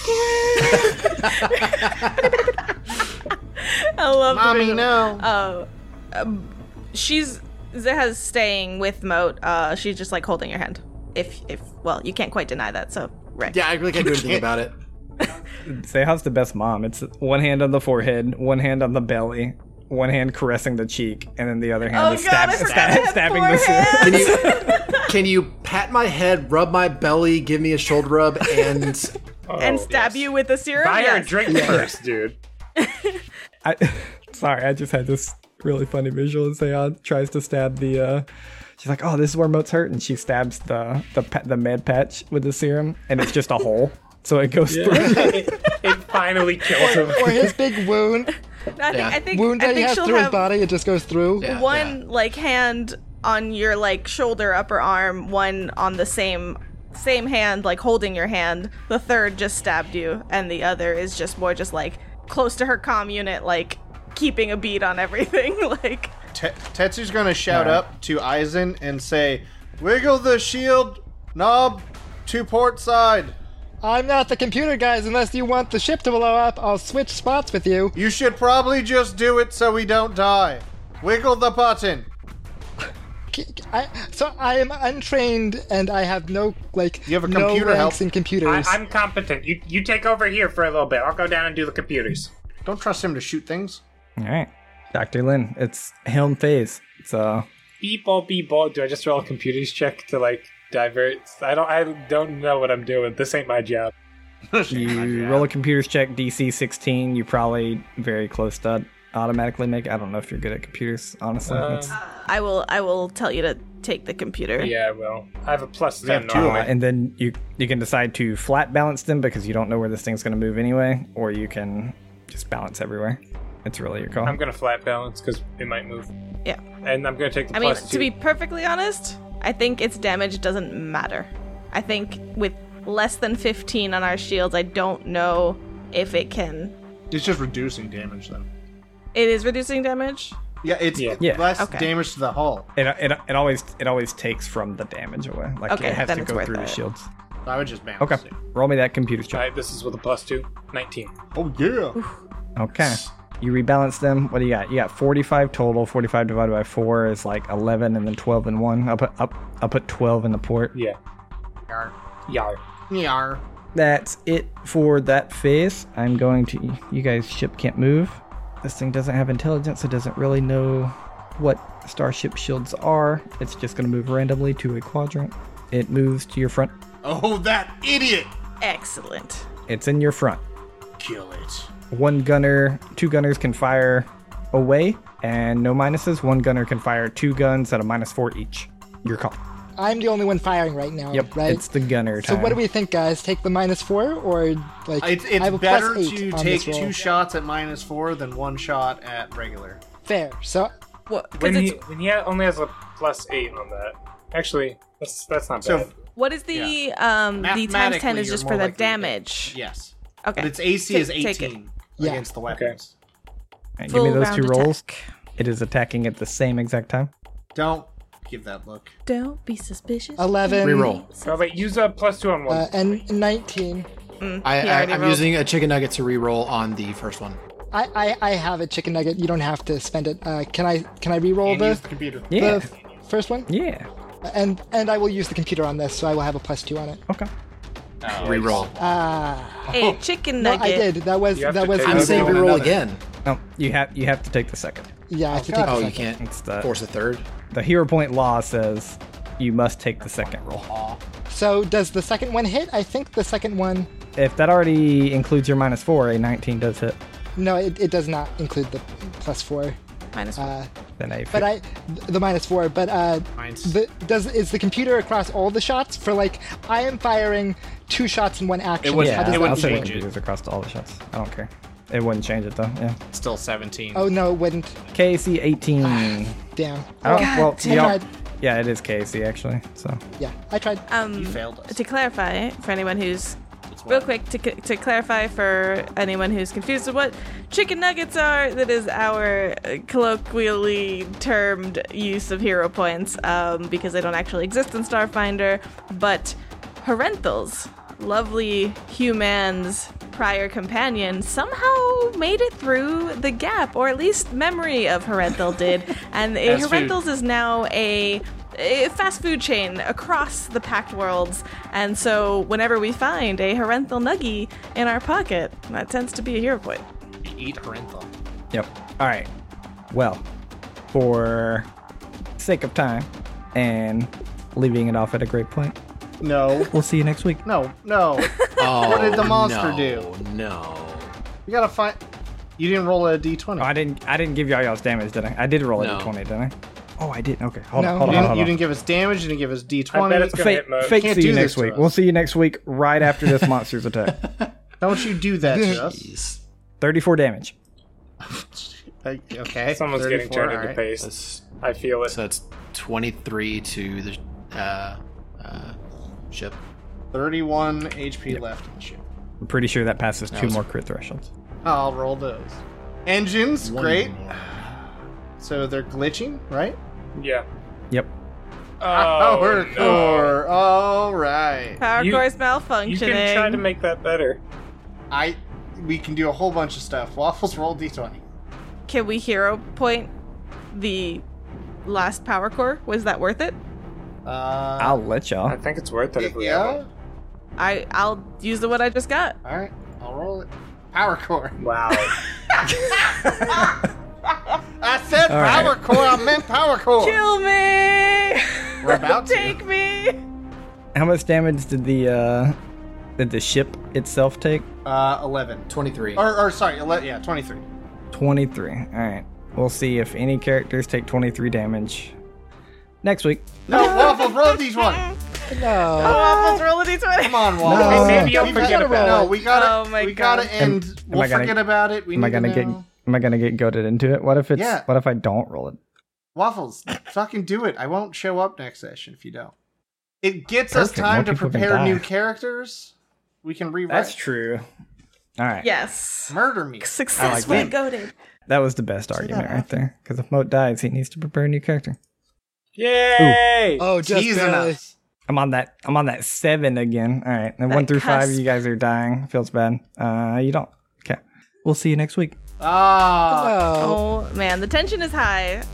Speaker 6: Like,
Speaker 3: I love the
Speaker 5: Mommy,
Speaker 3: visual.
Speaker 5: no.
Speaker 3: (laughs) Uh, um, she's Zeha's staying with Moat. Uh, she's just like holding your hand. If if well, you can't quite deny that. So right.
Speaker 4: Yeah, I really can't do anything about it.
Speaker 2: Seha's the best mom. It's one hand on the forehead, one hand on the belly, one hand caressing the cheek, and then the other hand
Speaker 3: Oh
Speaker 2: is
Speaker 3: God,
Speaker 2: stab-
Speaker 3: I forgot
Speaker 2: stab-
Speaker 3: I had
Speaker 2: stabbing
Speaker 3: four
Speaker 2: the
Speaker 3: (laughs) hands.
Speaker 4: Can you, can you pat my head, rub my belly, give me a shoulder rub,
Speaker 3: (laughs)
Speaker 4: and
Speaker 3: and
Speaker 6: oh,
Speaker 3: stab you with the serum.
Speaker 6: Buy her a
Speaker 3: Yes.
Speaker 6: drink first, (laughs) dude.
Speaker 2: I, (laughs) sorry, I just had this really funny visual. And Seha tries to stab the. Uh, she's like, "Oh, this is where Moat's hurt," and she stabs the the pa- the med patch with the serum, and it's just a hole, so it goes through. (laughs)
Speaker 6: it, it finally kills him.
Speaker 7: Or his big wound,
Speaker 3: I think,
Speaker 4: Yeah.
Speaker 3: I think,
Speaker 7: wound
Speaker 3: I
Speaker 7: that he
Speaker 3: think
Speaker 7: has
Speaker 3: she'll
Speaker 7: through his
Speaker 3: have
Speaker 7: body, it just goes through.
Speaker 4: Yeah,
Speaker 3: one
Speaker 4: yeah.
Speaker 3: like hand on your like shoulder, upper arm, one on the same same hand, like holding your hand. The third just stabbed you, and the other is just more just like close to her comm unit, like keeping a beat on everything. (laughs) like
Speaker 5: Te- Tetsu's gonna shout up to Aizen and say, "Wiggle the shield knob to port side.
Speaker 7: I'm not the computer guys unless you want the ship to blow up. I'll switch spots with you.
Speaker 5: You should probably just do it so we don't die. Wiggle the button."
Speaker 7: K- I, so I am untrained and I have no like
Speaker 5: You have a
Speaker 7: no
Speaker 5: computer
Speaker 7: ranks
Speaker 5: help.
Speaker 7: in
Speaker 6: I,
Speaker 7: computers.
Speaker 6: I'm competent. You you take over here for a little bit. I'll go down and do the computers.
Speaker 5: Don't trust him to shoot things.
Speaker 2: All right, Doctor Lin, it's Helm phase. It's uh,
Speaker 6: Beep oh beep oh. Do I just roll a computers check to like divert? I don't I don't know what I'm doing. This ain't my job.
Speaker 2: You roll a computers check DC 16. You probably very close to automatically make. I don't know if you're good at computers, honestly.
Speaker 6: Uh,
Speaker 2: That's-
Speaker 3: I will I will tell you to take the computer.
Speaker 6: Yeah, well, I have a plus
Speaker 5: have
Speaker 6: ten.
Speaker 5: two
Speaker 6: normally.
Speaker 2: uh, and then you you can decide to flat balance them because you don't know where this thing's going to move anyway, or you can just balance everywhere. It's really your call.
Speaker 6: I'm gonna flat balance because it might move,
Speaker 3: Yeah.
Speaker 6: and I'm gonna take the
Speaker 3: I mean,
Speaker 6: plus two.
Speaker 3: to be perfectly honest, I think its damage doesn't matter. I think with less than 15 on our shields, I don't know if it can.
Speaker 5: It's just reducing damage, though.
Speaker 3: It is reducing damage.
Speaker 5: Yeah, it's
Speaker 6: Yeah.
Speaker 2: Yeah.
Speaker 5: less
Speaker 3: Okay.
Speaker 5: damage to the hull.
Speaker 2: It, it, it always it always takes from the damage away. Like
Speaker 3: Okay,
Speaker 2: it has
Speaker 3: then
Speaker 2: to
Speaker 3: it's
Speaker 2: go
Speaker 3: worth
Speaker 2: through the
Speaker 3: it.
Speaker 2: shields.
Speaker 5: I would just bounce.
Speaker 2: Okay,
Speaker 5: it.
Speaker 2: roll me that computers
Speaker 6: All
Speaker 2: check.
Speaker 6: right, this is with a plus two. Nineteen.
Speaker 5: Oh yeah.
Speaker 2: Okay. You rebalance them. What do you got? You got 45 total. 45 divided by 4 is like 11 and then 12 and 1. I'll put, up, I'll put 12 in the port.
Speaker 6: Yeah.
Speaker 5: Yar.
Speaker 6: Yar.
Speaker 5: Yar.
Speaker 2: That's it for that phase. I'm going to. You guys' ship can't move. This thing doesn't have intelligence. It doesn't really know what starship shields are. It's just going to move randomly to a quadrant. It moves to your front.
Speaker 5: Oh, that idiot!
Speaker 3: Excellent.
Speaker 2: It's in your front.
Speaker 5: Kill it.
Speaker 2: one gunner, two gunners can fire away, and no minuses. One gunner can fire two guns at a minus four each. Your call.
Speaker 7: I'm the only one firing right now.
Speaker 2: Yep,
Speaker 7: Right.
Speaker 2: it's the gunner
Speaker 7: so
Speaker 2: time.
Speaker 7: what do we think, guys? Take the minus four or like
Speaker 5: It's,
Speaker 7: I
Speaker 5: it's
Speaker 7: have a
Speaker 5: better
Speaker 7: plus eight
Speaker 5: to
Speaker 7: on
Speaker 5: take
Speaker 7: this roll.
Speaker 5: two shots at minus four than one shot at regular.
Speaker 7: Fair. So
Speaker 3: What? Because
Speaker 6: When
Speaker 3: it's
Speaker 6: he, when he only has a plus eight on that. Actually, that's that's not
Speaker 5: So
Speaker 6: bad.
Speaker 3: what is the um the times
Speaker 5: Mathematically,
Speaker 3: 10 is
Speaker 5: you're
Speaker 3: just
Speaker 5: more
Speaker 3: for the
Speaker 5: likely to hit.
Speaker 3: damage.
Speaker 5: yes,
Speaker 3: Okay.
Speaker 5: but its AC
Speaker 3: Ta-
Speaker 5: is
Speaker 3: take it.
Speaker 5: eighteen
Speaker 7: Yeah.
Speaker 5: against the weapons.
Speaker 2: Alright, give me
Speaker 3: Full
Speaker 2: those two
Speaker 3: round
Speaker 2: rolls.
Speaker 3: attack.
Speaker 2: It is attacking at the same exact time.
Speaker 5: Don't give that look.
Speaker 1: Don't be suspicious.
Speaker 7: eleven
Speaker 4: reroll.
Speaker 6: Oh wait, use a plus two on one.
Speaker 7: uh, and nineteen.
Speaker 4: I,
Speaker 3: He
Speaker 4: I,
Speaker 3: already
Speaker 4: I'm
Speaker 3: rolled.
Speaker 4: using a chicken nugget to re-roll on the first one.
Speaker 7: I, I I have a chicken nugget. You don't have to spend it. Uh, can I can I re-roll
Speaker 5: And
Speaker 7: the,
Speaker 5: use the computer.
Speaker 2: Yeah.
Speaker 7: the first one?
Speaker 2: yeah.
Speaker 7: And and I will use the computer on this, so I will have a plus two on it.
Speaker 2: Okay.
Speaker 4: re-roll.
Speaker 3: A chicken
Speaker 7: No,
Speaker 3: nugget.
Speaker 7: I did. That was
Speaker 6: have
Speaker 7: that
Speaker 6: to
Speaker 7: was.
Speaker 6: take
Speaker 4: I'm
Speaker 6: Okay.
Speaker 4: saying
Speaker 5: Roll
Speaker 4: re-roll
Speaker 5: another.
Speaker 4: again.
Speaker 2: No, you have you have to take the second.
Speaker 7: yeah. I have to take
Speaker 4: Oh,
Speaker 7: a
Speaker 4: you
Speaker 7: second.
Speaker 4: can't
Speaker 2: It's the
Speaker 4: force a third.
Speaker 2: the hero point law says you must take the second roll.
Speaker 7: So does the second one hit? I think the second one.
Speaker 2: If that already includes your minus four, a 19 does hit.
Speaker 7: No, it, it does not include the plus four.
Speaker 3: Minus one.
Speaker 2: Then a.
Speaker 7: But I, the minus four. But uh,
Speaker 5: Minus-
Speaker 7: the, does is the computer across all the shots for like I am firing two shots in one action.
Speaker 5: It wouldn't-
Speaker 7: How
Speaker 2: yeah,
Speaker 7: does
Speaker 5: it
Speaker 7: that
Speaker 2: I'll
Speaker 5: wouldn't
Speaker 2: send the
Speaker 5: change it.
Speaker 2: computers across to all the shots. I don't care. It wouldn't change it though. Yeah.
Speaker 5: Still seventeen.
Speaker 7: Oh no, it wouldn't.
Speaker 2: KC 18.
Speaker 7: Damn.
Speaker 2: Oh, well,
Speaker 3: damn.
Speaker 2: y'all-
Speaker 7: God.
Speaker 2: yeah, it is KFC actually. So
Speaker 7: Yeah, I tried.
Speaker 5: You failed us.
Speaker 3: to clarify for anyone who's real quick to, c- to clarify for anyone who's confused with what chicken nuggets are that is our uh, colloquially termed use of hero points um, because they don't actually exist in starfinder but Horenthals, lovely human's prior companion somehow made it through the gap or at least memory of
Speaker 6: (laughs)
Speaker 3: Horenthal did and uh,
Speaker 5: As food.
Speaker 3: Horenthals is now a, a fast food chain across the packed worlds, and so whenever we find a Horenthal nuggie in our pocket, that tends to be a hero point.
Speaker 5: Eat Corinthal.
Speaker 2: Yep. All right. Well, for sake of time and leaving it off at a great point,
Speaker 5: No,
Speaker 2: we'll see you next week.
Speaker 5: no,
Speaker 7: (laughs)
Speaker 5: no.
Speaker 4: Oh,
Speaker 5: (laughs) What did the monster
Speaker 4: no,
Speaker 5: do?
Speaker 4: No.
Speaker 5: We gotta find. You didn't roll a d20.
Speaker 2: Oh, I didn't. I didn't give y'all y'all's damage, did I? I did roll a
Speaker 4: No.
Speaker 2: d20, didn't I? Oh, I did. Okay. Hold
Speaker 7: No.
Speaker 2: on. Hold
Speaker 5: you,
Speaker 2: on. Hold
Speaker 5: didn't, you
Speaker 2: on.
Speaker 5: didn't give us damage. You didn't give us d20.
Speaker 6: I bet it's gonna
Speaker 2: Fake,
Speaker 6: hit most.
Speaker 2: fake
Speaker 5: Can't
Speaker 2: see you
Speaker 5: do
Speaker 2: next
Speaker 5: this to
Speaker 2: week.
Speaker 5: us.
Speaker 2: We'll see you next week, right after this (laughs) monster's attack.
Speaker 5: Don't you do
Speaker 6: (laughs)
Speaker 5: that to us.
Speaker 4: Jeez.
Speaker 2: 34 damage.
Speaker 5: Okay.
Speaker 6: Someone's getting
Speaker 5: 34,
Speaker 6: turned into
Speaker 5: alright.
Speaker 6: paste.
Speaker 4: That's,
Speaker 6: I feel it.
Speaker 4: so that's 23 to the uh, uh, ship.
Speaker 5: 31 HP left in the ship.
Speaker 2: I'm pretty sure that passes two
Speaker 4: was-
Speaker 2: more crit thresholds.
Speaker 5: I'll roll those. Engines,
Speaker 4: One
Speaker 5: great.
Speaker 4: more.
Speaker 5: So they're glitching, right?
Speaker 6: Yeah.
Speaker 2: Yep.
Speaker 6: Oh,
Speaker 5: Power
Speaker 6: no.
Speaker 5: core. All right.
Speaker 3: Power
Speaker 6: You-
Speaker 3: core is
Speaker 6: You
Speaker 3: malfunctioning.
Speaker 6: can try to make that better.
Speaker 5: I we can do a whole bunch of stuff. Waffles roll d20.
Speaker 3: Can we hero point the last power core? Was that worth it?
Speaker 5: Uh,
Speaker 2: I'll let
Speaker 6: I
Speaker 2: y'all.
Speaker 6: think it's worth it if we have
Speaker 5: yeah.
Speaker 6: one.
Speaker 3: I I'll use the one I just got.
Speaker 5: All right. I'll roll it. Power core.
Speaker 6: Wow.
Speaker 5: (laughs) I said
Speaker 2: All right.
Speaker 5: power core. I meant power core.
Speaker 3: Kill me! (laughs)
Speaker 5: We're about to.
Speaker 3: Take me!
Speaker 2: How much damage did the uh, did the ship itself take?
Speaker 5: Uh, 11.
Speaker 4: 23.
Speaker 5: Or, or sorry, 11, yeah, 23.
Speaker 2: 23. All right. We'll see if any characters take 23 damage next week.
Speaker 5: No, Waffles, roll d20.
Speaker 7: No.
Speaker 3: Waffles, roll a d20.
Speaker 5: Come on, Waffles.
Speaker 6: Hey, maybe I'll
Speaker 5: We've
Speaker 6: forget
Speaker 5: got-
Speaker 6: about
Speaker 5: No,
Speaker 6: it.
Speaker 5: we gotta,
Speaker 3: Oh my
Speaker 5: we
Speaker 3: God.
Speaker 5: gotta
Speaker 2: Am-
Speaker 5: end.
Speaker 2: am
Speaker 5: we'll
Speaker 2: I gonna-
Speaker 5: forget about it. We
Speaker 2: Am
Speaker 5: need
Speaker 2: I gonna
Speaker 5: to
Speaker 2: get
Speaker 5: know.
Speaker 2: Am I gonna get goaded into it? What if it's
Speaker 5: Yeah.
Speaker 2: What if I don't roll it?
Speaker 5: Waffles, fucking do it. I won't show up next session if you don't. It gets us
Speaker 2: Perfect,
Speaker 5: time
Speaker 2: more
Speaker 5: to
Speaker 2: people can
Speaker 5: prepare new
Speaker 2: die.
Speaker 5: characters. We can rewrite.
Speaker 2: true. All right.
Speaker 3: Yes.
Speaker 5: Murder me.
Speaker 3: Successfully
Speaker 2: that.
Speaker 3: goaded.
Speaker 2: That was the best argument right there. Because if Moat dies, he needs to prepare a new character.
Speaker 6: Yay!
Speaker 7: Oh, just
Speaker 5: Teasing
Speaker 7: barely.
Speaker 5: us.
Speaker 2: I'm on that. I'm on that seven again. All right. And
Speaker 3: That
Speaker 2: one through five,
Speaker 3: cusp.
Speaker 2: you guys are dying. Feels bad. Uh, you don't. Okay. We'll see you next week.
Speaker 5: Ah,
Speaker 7: Oh.
Speaker 3: Oh man, the tension is high.